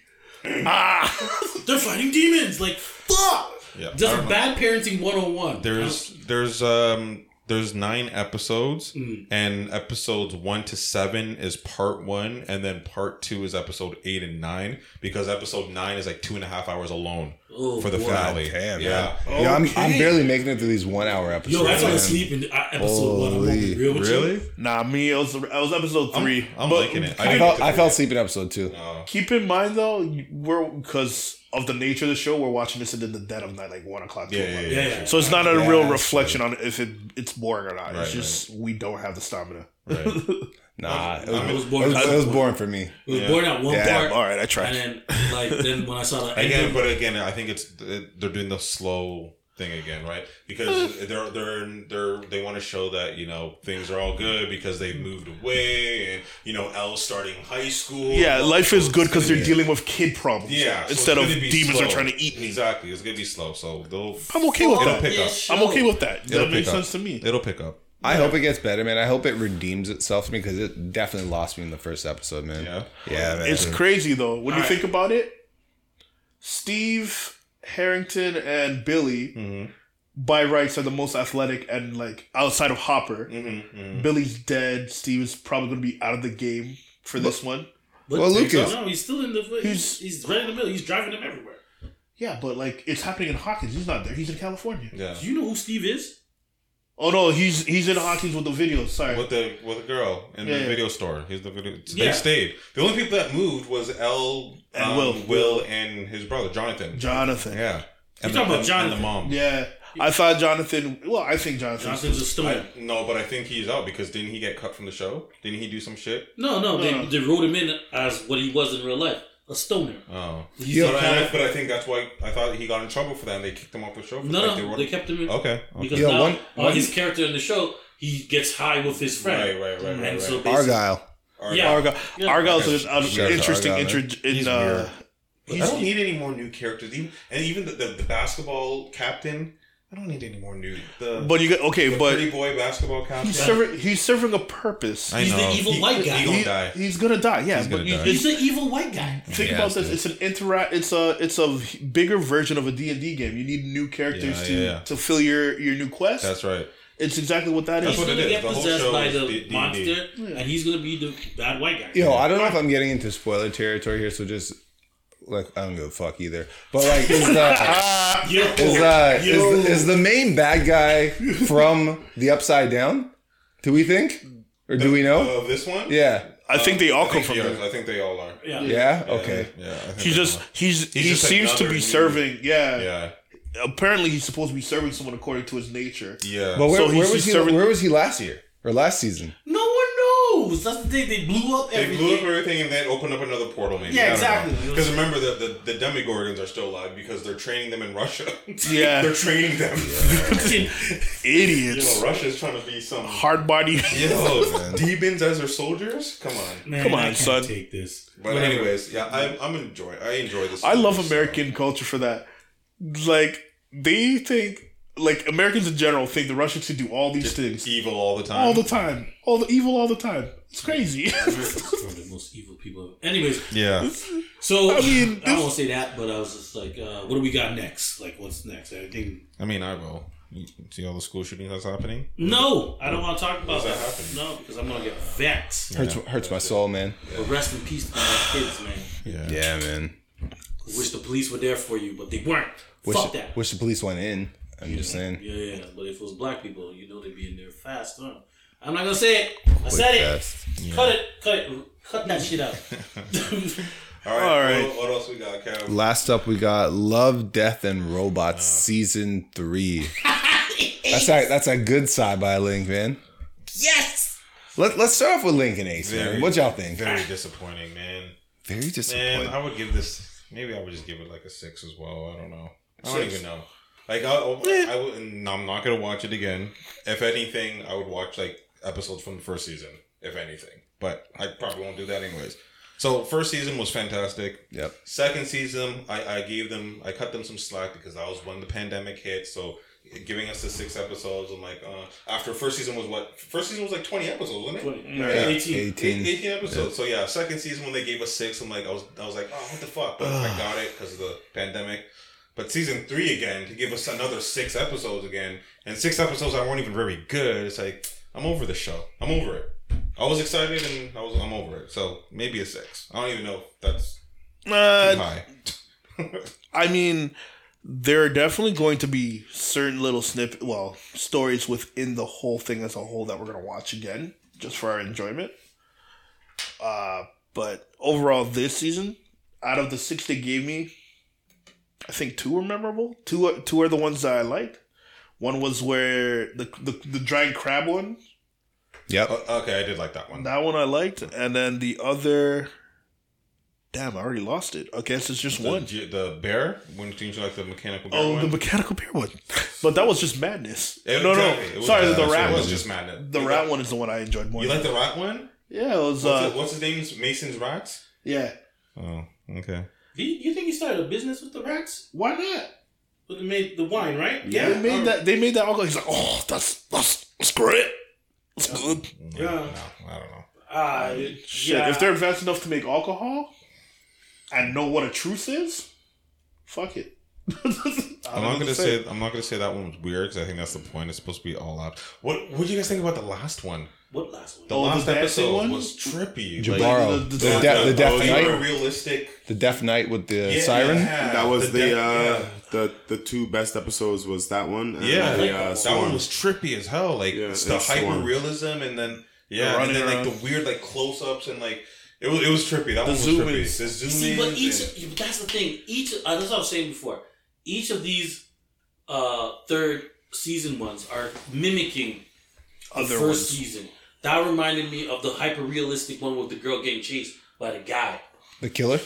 S6: Ah,
S1: They're fighting demons. Like fuck.
S5: Yeah, I
S1: Just
S5: don't
S1: bad parenting 101.
S5: There's there's um there's nine episodes
S1: Mm.
S5: and episodes one to seven is part one and then part two is episode eight and nine because episode nine is like two and a half hours alone
S1: Oh,
S5: for the
S1: boy.
S5: family.
S4: Damn,
S5: yeah.
S4: Yeah, I'm, I'm barely making it through these one hour episodes.
S1: Yo, that's why I
S4: man.
S1: sleep in uh, episode one. I'm gonna be
S4: Holy.
S1: real with you.
S5: Really?
S6: nah, me. I was, I was episode three.
S5: I'm
S6: But
S5: liking it. I
S4: I
S5: didn't
S4: fell,
S5: get to
S4: I
S5: the-
S4: fell asleep in episode two.
S6: Keep in mind though, you- we're because of the nature of the show, we're watching this in the dead of night, like one o'clock. 2
S5: Yeah, yeah,
S6: o'clock.
S5: yeah.
S1: Yeah, yeah.
S6: So it's not a
S4: Yeah,
S6: real
S4: that's
S6: reflection on if it, it's boring or not.
S5: Right,
S6: it's just we don't have the stamina.
S5: Right.
S4: Nah, it was,
S1: I was
S4: it
S1: born.
S4: was, it was boring for me.
S1: It was born at one
S4: Yeah.
S1: part.
S6: Damn, all right, I
S1: And
S6: tried.
S1: then, like, then when I saw the end
S5: again,
S1: of-
S5: but again, I think it's they're doing the slow thing again, right? Because they're they're they're they want to show that you know things are all good because they've moved away and you know L's starting high school.
S6: Yeah, life is
S5: So
S6: good
S5: it's
S6: because
S5: gonna
S6: they're
S5: be-
S6: dealing with kid problems.
S5: Yeah, so
S6: instead
S5: it's
S6: of
S5: gonna be
S6: demons are
S5: slow.
S6: trying to eat me.
S5: Exactly, it's gonna be slow. So they'll
S6: I'm okay with
S5: it'll
S6: that.
S5: pick up.
S1: Ish.
S6: I'm okay with that.
S5: It'll
S6: That makes
S5: pick up.
S6: sense to me.
S5: It'll pick up.
S4: I hope it gets better, man. I hope it redeems itself to me because it definitely lost me in the first episode, man.
S5: Yeah.
S4: Yeah, man.
S6: It's crazy though. When you think about it, Steve Harrington and Billy
S5: Mhm.
S6: by rights are the most athletic and like outside of Hopper.
S1: Mm-hmm,
S5: Mm-hmm.
S6: Billy's dead. Steve is probably going to be out of the game for this one.
S1: But
S4: Well, Lucas-
S1: no, he's still in the. He's
S6: He's-
S1: he's right in the middle. He's driving them everywhere.
S6: Yeah, but like it's happening in Hawkins. He's not there. He's in California.
S5: Yeah.
S1: Do you know who Steve is?
S6: Oh no, he's he's in Hawkins with the videos. Sorry.
S5: With the with the girl in
S6: Yeah,
S5: the
S6: yeah.
S5: video store. He's the video.
S1: Yeah.
S5: They stayed. The only people that moved was L
S6: And
S5: um,
S6: Will.
S5: Will and his brother Jonathan.
S6: Jonathan.
S5: Yeah.
S1: You're
S5: And
S1: talking about
S5: and-
S1: Jonathan.
S5: And the mom.
S6: Yeah. I thought Jonathan. Well, I think Jonathan.
S1: Jonathan's a stoner.
S5: I, no, but I think he's out because didn't he get cut from the show? Didn't he do some shit?
S1: No, no, they,
S6: No.
S1: they wrote him in as what he was in real life, a stoner.
S5: Oh.
S1: He's
S5: But,
S1: a
S5: I,
S1: kind
S5: but I think that's why I thought he got in trouble for that and they kicked him off the show.
S1: of-
S5: For
S1: no,
S5: like,
S1: no,
S5: were-
S1: they kept him in
S5: Okay. okay.
S1: because
S4: Yeah,
S1: now
S4: one-
S1: on
S4: one-
S1: his character in the show, he gets high with his friend.
S5: Right, right, right, right,
S1: And so
S5: right.
S1: basically-
S4: Argyle.
S1: Yeah.
S6: Argyle.
S1: Yeah.
S6: Argyle's an, an
S4: Shout out to
S6: interesting
S4: Argyle,
S6: intro. In, uh,
S5: I don't need any more new characters. Even, and even the, the, the basketball captain, I don't need any more new. The,
S6: but you got okay,
S5: the
S6: but
S5: pretty boy basketball captain.
S6: he's serving he's serving a purpose.
S5: I
S1: He's the
S5: know.
S1: evil
S5: He-
S1: white guy.
S5: He
S6: He-
S5: gonna die.
S6: He's gonna die. Yeah,
S5: He's
S6: but
S5: gonna
S6: you,
S5: die.
S6: you
S1: He's the evil white guy.
S6: think
S5: Yeah,
S6: about this.
S5: dude.
S6: It's an interact. It's a it's a bigger version of a D and D game. You need new characters
S5: Yeah,
S6: to
S5: yeah, yeah.
S6: to fill your your new quest.
S5: That's right.
S6: it's exactly what that is.
S5: That's
S1: He's
S5: what it
S1: gonna
S5: is.
S1: get
S5: The whole
S1: possessed
S5: show
S1: by
S5: is
S1: the
S5: D- D&D.
S1: monster, and he's gonna be the bad white guy.
S4: Yo, I don't know if I'm getting into spoiler territory here, so just like I don't give a fuck either. But like, is the
S1: Yo,
S4: is the, is the, is the main bad guy from the Upside Down? Do we think, or do we know?
S5: Of this one?
S4: Yeah,
S6: I think they all
S5: I
S6: come
S5: think
S6: from
S5: he
S6: there.
S5: is. I think they all are.
S1: yeah.
S4: yeah, okay.
S5: Yeah. I think
S6: He
S5: they
S6: just
S5: all are.
S6: he's,
S5: He's
S6: he
S5: just
S6: seems to
S5: another
S6: be
S5: dude.
S6: serving. Yeah.
S5: Yeah.
S6: Apparently, he's supposed to be serving someone according to his nature.
S5: Yeah.
S4: But where,
S6: So he's-
S4: where was
S6: he's
S4: he?
S6: serving-
S4: where was he last year or last season?
S1: No one knows. That's the thing. They blew up
S5: they
S1: everything.
S5: blew up everything and then opened up another portal, maybe.
S1: Yeah, exactly.
S5: Because remember, the, the, the Demigorgons are still alive because they're training them in Russia.
S6: Yeah,
S5: they're training them. you know,
S6: idiots,
S5: Russia's trying to be some.
S6: hard body.
S5: Yo, demons as their soldiers? Come on.
S1: Man,
S6: Come on,
S1: I can't
S6: son.
S1: Take this.
S5: But anyways, yeah, I, I'm enjoy. I enjoy this.
S6: I love
S5: series,
S6: American culture for that. Like they think, like Americans in general think the Russians can do all these
S5: so.
S6: things
S5: Evil all the time.
S6: all the time, all the evil all the time. It's crazy.
S1: America's one of the most evil people. Anyways,
S5: Yeah.
S1: so I,
S6: I mean, this-
S1: won't say that, but I was just like, uh, what do we got next? Like, what's next?
S6: Mm.
S1: Anything?
S5: I mean, I will. You see all the school shootings that's happening?
S1: No, I don't want to talk about
S5: What's
S1: that.
S5: that happening?
S1: No, because I'm gonna get vexed.
S4: Hurts hurts my soul, man.
S1: But rest in peace to my kids, man.
S5: Yeah.
S4: Yeah, man.
S1: Wish the police were there for you, but they weren't.
S4: Wish,
S1: Fuck that.
S4: wish the police went in. I'm just saying.
S1: yeah, yeah. But if it was black people, you know they'd be in there fast. Huh? I'm not gonna say it. I said it. Cut it. Cut it. Cut that shit out.
S5: All right.
S6: All right.
S5: What, what else we got, Kev?
S4: Last up, we got Love, Death, and Robots season three. that's a that's a good side by link, man.
S1: yes.
S4: Let, let's start off with Link and Ace, man.
S5: Very-
S4: What y'all think?
S5: Very disappointing, man.
S4: Very
S5: Man,
S4: disappointing.
S5: I would give this. Maybe I would just give it like a six as well. I don't know. I don't even know. Like I,
S6: Eh.
S5: I, I would. No, I'm not gonna watch it again. If anything, I would watch like episodes from the first season. If anything, but I probably won't do that anyways. So first season was fantastic.
S4: Yep.
S5: Second season, I, I gave them, I cut them some slack because that was when the pandemic hit. So giving us the six episodes, I'm like, uh, after first season was what? First season was like 20 episodes, wasn't it?
S1: Yeah. 18.
S4: 18.
S5: Eight- 18 episodes. So yeah, second season when they gave us six, I'm like, I was, I was like, oh, what the fuck? But I got it because of the pandemic. But season three again to give us another six episodes again, and six episodes that weren't even very good. It's like I'm over the show. I'm over it. I was excited and I was I'm over it. So maybe a six. I don't even know if that's too
S6: Uh,
S5: high.
S6: I mean, there are definitely going to be certain little snippet, well, stories within the whole thing as a whole that we're gonna watch again just for our enjoyment. Uh, but overall, this season, out of the six they gave me, I think two were memorable. Two, are- two are the ones that I liked. One was where the the, the giant crab one.
S4: Yep.
S5: Oh, okay, I did like that one.
S6: That one I liked, and then the other. Damn, I already lost it. I guess it's just
S5: the,
S6: one.
S5: ge- the bear. When did you like the mechanical bear?
S6: Oh,
S5: one?
S6: the mechanical beer one. But that was just madness.
S5: It-
S6: no, no.
S5: exactly. It was-
S6: Sorry,
S5: yeah,
S6: the
S5: that's what
S6: rat
S5: it
S6: one.
S5: was just madness.
S6: the
S5: You
S6: rat
S5: like-
S6: one is the one I enjoyed more.
S5: You like the rat one?
S6: yeah, it was.
S5: What's,
S6: Uh,
S5: it- what's his name's Mason's rats?
S6: yeah.
S5: Oh, okay.
S1: You, you think he started a business with the rats?
S6: Why not?
S1: With the, made the wine, right? Um,
S6: Yeah, they
S5: um,
S6: made that. They made that alcohol. He's like, oh, that's that's that's great. That's good.
S5: Yeah.
S1: Yeah.
S5: No, I don't know.
S1: Ah,
S6: Shit,
S1: yeah.
S6: if they're advanced enough to make alcohol, and know what a truce is, Fuck it.
S5: I'm not gonna say I'm not gonna say that one was weird because I think that's the point. It's supposed to be all out. What What do you guys think about the last one?
S1: What last one?
S5: The
S6: Oh, the
S5: last
S6: dancing
S5: episode
S6: one?
S5: was trippy.
S4: Jabaro, the,
S6: the- the-
S4: de- the Death
S5: oh, you were
S4: Knight,
S5: realistic.
S4: the Death Knight with the
S5: Yeah,
S4: siren.
S5: yeah.
S7: That was the,
S5: death-
S7: uh,
S5: yeah.
S7: the the two best episodes was that one. And
S5: Yeah,
S7: the,
S5: like,
S7: uh,
S5: that
S7: Swarm.
S5: one was trippy as hell. Like
S7: Yeah,
S5: it's the
S7: it's Swarm.
S5: hyper realism, and then yeah, and
S6: running
S5: then like
S6: around.
S5: the weird like close ups and like it was it was trippy. That one was
S6: zoom
S5: trippy.
S6: ins.
S5: The zoom
S1: See, but
S5: ins
S1: each
S5: and-
S1: you- that's the thing. Each uh, that's what I was saying before. Each of these uh, third season ones are mimicking the
S6: Other
S1: first
S6: ones.
S1: season. That reminded me of the hyper realistic one with the girl getting chased by the guy.
S4: The killer.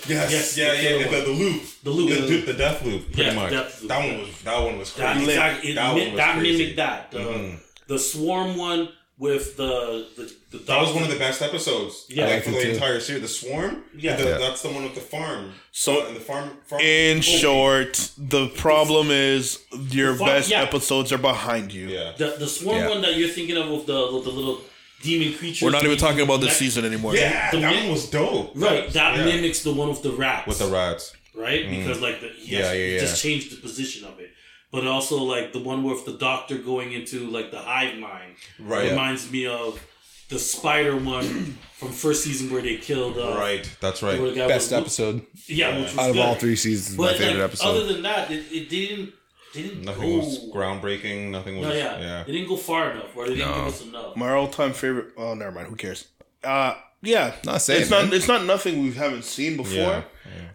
S1: Yes,
S5: Yes, yeah,
S1: the
S5: yeah,
S1: other
S5: the, the loop,
S1: The loop.
S5: the, the, the death loop, pretty
S1: Yeah,
S5: much.
S1: death loop.
S5: That one was that one was
S1: That
S5: crazy.
S1: exact- it mi-
S5: was
S1: that
S5: crazy.
S1: mimicked that. The,
S5: Mhm.
S1: the swarm one with the the, the
S5: That was one of the best episodes.
S1: Yeah. I
S5: like,
S4: liked
S5: for
S4: it
S5: the
S4: too.
S5: entire series. The swarm.
S1: Yeah.
S5: the-
S4: Yeah.
S5: that's the one with the farm.
S6: So-
S5: and the farm. farm
S6: In
S5: Oh,
S6: short, the problem is your
S1: The fu-
S6: best
S1: yeah.
S6: episodes are behind you.
S5: yeah.
S1: the, the swarm
S4: Yeah.
S1: one that you're thinking of with the the, little demon creature.
S6: We're not even talking about this
S1: That-
S6: season anymore.
S5: Yeah,
S1: The
S5: that
S1: mi-
S5: one was dope.
S1: Right, that
S5: Yeah.
S1: mimics the one with the rats.
S5: with the rats.
S1: right? Because like the he
S5: Mm. Yeah,
S1: has-
S5: yeah,
S1: he
S5: yeah.
S1: just changed the position of it. But also like the one with the doctor going into like the hive mind
S5: Right.
S1: reminds me of the spider one from first season where they killed uh,
S5: Right, that's
S1: where the
S5: right.
S1: guy
S4: Best
S1: was-
S4: episode
S1: Yeah, which was
S4: out of all
S1: good.
S4: three seasons.
S1: But
S4: my favorite
S1: like,
S4: episode.
S1: Other than that, it, it didn't didn't
S5: Nothing
S1: go.
S5: was groundbreaking. Nothing was.
S1: no, yeah,
S5: yeah.
S1: it didn't go far enough, or they didn't give us enough.
S6: My all time favorite oh never mind, who cares? Uh yeah.
S4: Not saying,
S6: it's not
S4: man.
S6: it's not nothing we haven't seen before.
S5: Yeah,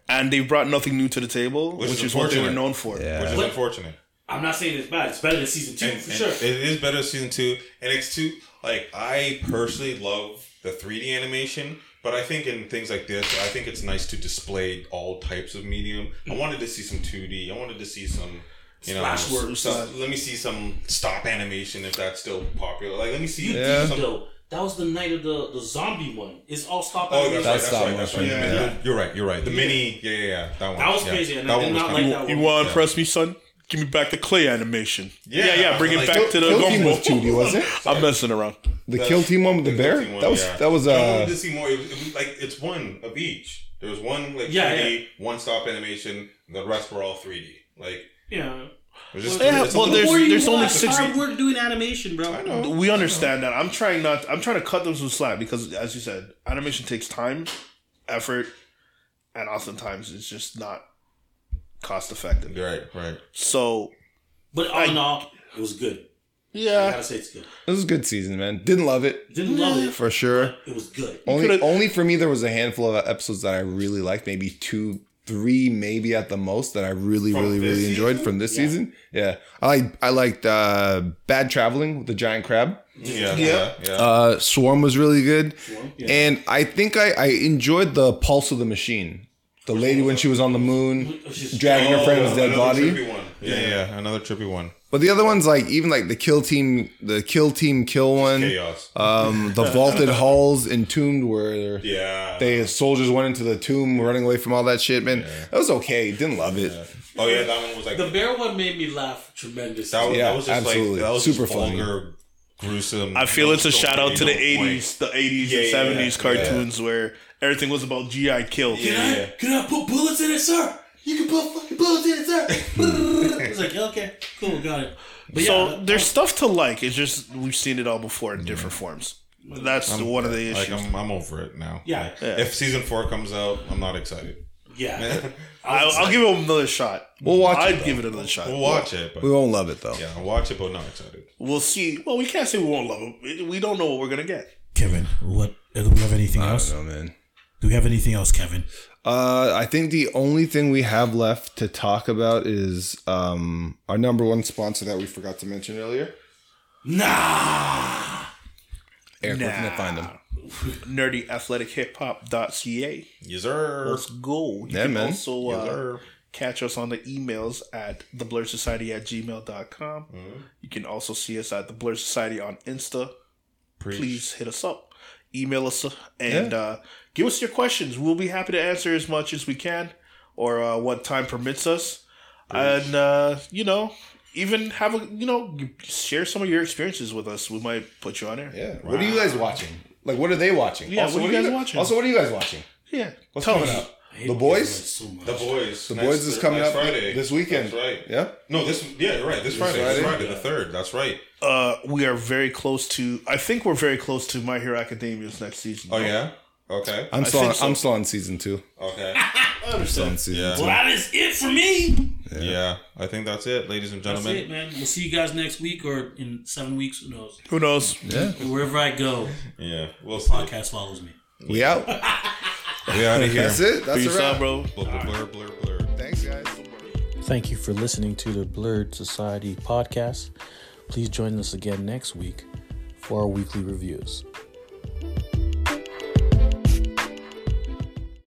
S6: And they brought nothing new to the table,
S5: Which
S6: which,
S5: is
S6: is, what they were
S5: unfortunate.
S6: known for.
S4: Yeah.
S5: Which is
S1: But-
S5: unfortunate.
S1: I'm not saying it's bad; it's better than season two
S5: And-
S1: for
S5: and
S1: sure.
S5: It is better season two, and it's two. Like I personally love the 3D animation, but I think in things like this, I think it's nice to display all types of medium. I wanted to see some 2D. I wanted to see some. You know,
S1: Mm. Splash works.
S5: some- let me see some stop animation if that's still popular. Like, let me see.
S1: you
S4: Yeah.
S1: did
S5: Some,
S1: though. That was the night of the, the zombie one. It's all stop
S5: oh,
S1: animation.
S5: that's, right, that's
S4: stop
S5: right. That's right.
S4: motion,
S5: Yeah,
S6: yeah.
S5: You're right. You're right. The mini. Yeah, yeah, yeah. That one.
S1: That was
S5: yeah.
S1: crazy, and I
S5: That
S1: did
S5: one was
S1: not
S5: kinda-
S1: like that one.
S6: You wanna impress me, son? Give me back the clay animation.
S5: Yeah.
S6: Yeah, yeah, bring it
S5: Like,
S6: back to the
S4: Kill Team
S6: gumbo.
S4: was 2D, was it?
S6: I'm messing around.
S4: The Kill Team one with the bear.
S5: Guilty one,
S4: that was
S5: yeah.
S4: that was
S5: No, I wanted
S4: uh
S5: to see more. It was, it was like it's one of each. There was one like
S1: Yeah,
S5: 3D, one stop animation. The rest were all 3D. Like
S1: Yeah.
S5: it was just,
S6: Yeah,
S5: it's a
S6: well,
S5: little-
S6: there's-
S1: Or you
S6: there's only
S1: watch
S6: six-
S1: hard work doing animation, bro.
S5: I know.
S6: We understand that. I'm trying not. I'm trying to cut them some slack because, as you said, animation takes time, effort, and oftentimes it's just not cost effective.
S5: You're right, right.
S6: So
S1: But all in all, it was good. I
S6: yeah,
S1: gotta say it's good.
S4: this was a good season, man. Didn't love it
S1: Didn't love it.
S4: for sure.
S1: It was good.
S4: Only
S6: could've-
S4: only for me there was a handful of episodes that I really liked, maybe two, three, maybe at the most that I really,
S5: From
S4: really,
S5: this
S4: really enjoyed
S5: season?
S4: from this season. Yeah. I liked I liked uh Bad Traveling with the Giant Crab.
S5: Yeah, yeah, yeah.
S4: Uh Swarm was really good.
S1: Yeah.
S4: And I think I, I enjoyed the pulse of the machine. The lady when she was on the moon
S1: She's-
S4: dragging her friend's dead
S5: Oh, another
S4: body.
S5: Trippy one. Yeah, yeah, another trippy one.
S4: But the other ones, like even like the kill team, the kill team kill one,
S5: Chaos.
S4: um, the vaulted halls, entombed where
S5: yeah.
S4: they soldiers went into the tomb, running away from all that shit. Man, that was okay. Didn't love it.
S5: oh yeah, that one was like
S1: The bear one made me laugh tremendously.
S5: that, was,
S4: Yeah,
S5: that was just
S4: absolutely.
S5: like that was
S4: Super
S5: just
S4: funny.
S5: vulgar, gruesome.
S6: I feel
S5: no
S6: it's a
S5: story,
S6: shout out to the
S5: no point.
S6: '80s, the '80s
S5: Yeah, yeah,
S6: and '70s
S5: yeah, yeah.
S6: cartoons where everything was about GI Kill.
S1: can,
S5: Yeah.
S1: I, can I put bullets in it, sir? You can put fucking bullets in it, sir. it's like, yeah, okay, cool, got it. But yeah,
S6: So there's stuff to like. It's just we've seen it all before in different forms. That's one of the
S5: Like
S6: issues.
S5: I'm, I'm over it now.
S1: Yeah.
S5: Like,
S6: Yeah.
S5: If season four comes out, I'm not excited.
S1: yeah.
S5: we'll
S6: I'll, I'll give it another shot.
S4: We'll watch
S6: I'd
S4: it.
S6: give it another shot.
S5: watch it, but
S4: Uh, We won't love it though.
S5: yeah, I'll watch it, but not excited.
S6: We'll see. Well, we can't say we won't love it. We don't know what we're gonna get.
S1: Kevin, what? Do we have anything
S4: I don't know, man.
S1: Do we have anything else, Kevin?
S4: Uh, I think the only thing we have left to talk about is um, our number one sponsor that we forgot to mention earlier.
S1: Nah.
S4: Eric, where can I find them?
S6: nerdy athletic hip hop.ca.
S5: Yes, sir.
S6: Let's go. You
S4: Yeah,
S6: can
S4: man.
S6: also uh,
S5: Sir.
S6: catch us on the emails at the blur society at gmail.com. You can also see us at the blur society on Insta. Please hit us up. Email us uh, and uh, give us your questions. We'll be happy to answer as much as we can or uh, what time permits us. And, uh, you know, even have a, you know, share some of your experiences with us. We might put you on air.
S4: Yeah. What are you guys watching? Like, what are they watching?
S6: Yeah, what are you guys watching?
S4: Also, what are you guys watching?
S6: Yeah. Tell us.
S1: hate
S4: The
S1: Boys
S4: Boys?
S1: Like so much.
S5: The boys.
S4: The
S5: next
S4: boys is
S5: Thur-
S4: coming
S5: next
S4: up
S5: Friday.
S4: this weekend.
S5: That's right.
S4: Yeah.
S5: No, this. Yeah, you're right. This Friday. This
S4: Friday?
S5: Friday, the third. That's right.
S6: Uh, we are very close to. I think we're very close to My Hero Academia's next season.
S5: Oh yeah. Okay.
S4: I'm still
S6: think
S4: on,
S6: so.
S4: I'm still on season two.
S5: Okay.
S4: Still on season
S5: Yeah.
S4: two.
S1: Well, that is it for me.
S5: yeah. I think that's it, ladies and
S1: That's
S5: gentlemen.
S1: it, man. We'll see you guys next week or in seven weeks. Who knows?
S6: Who knows?
S1: Wherever I go,
S5: Yeah. We'll see.
S1: podcast follows me.
S4: We out.
S5: We out of here.
S4: That's it. That's
S6: Peace
S4: a
S6: out,
S4: wrap.
S6: bro.
S5: Blur, blur, blur, blur.
S4: Thanks, guys.
S8: Thank you for listening to the Blurred Society podcast. Please join us again next week for our weekly reviews.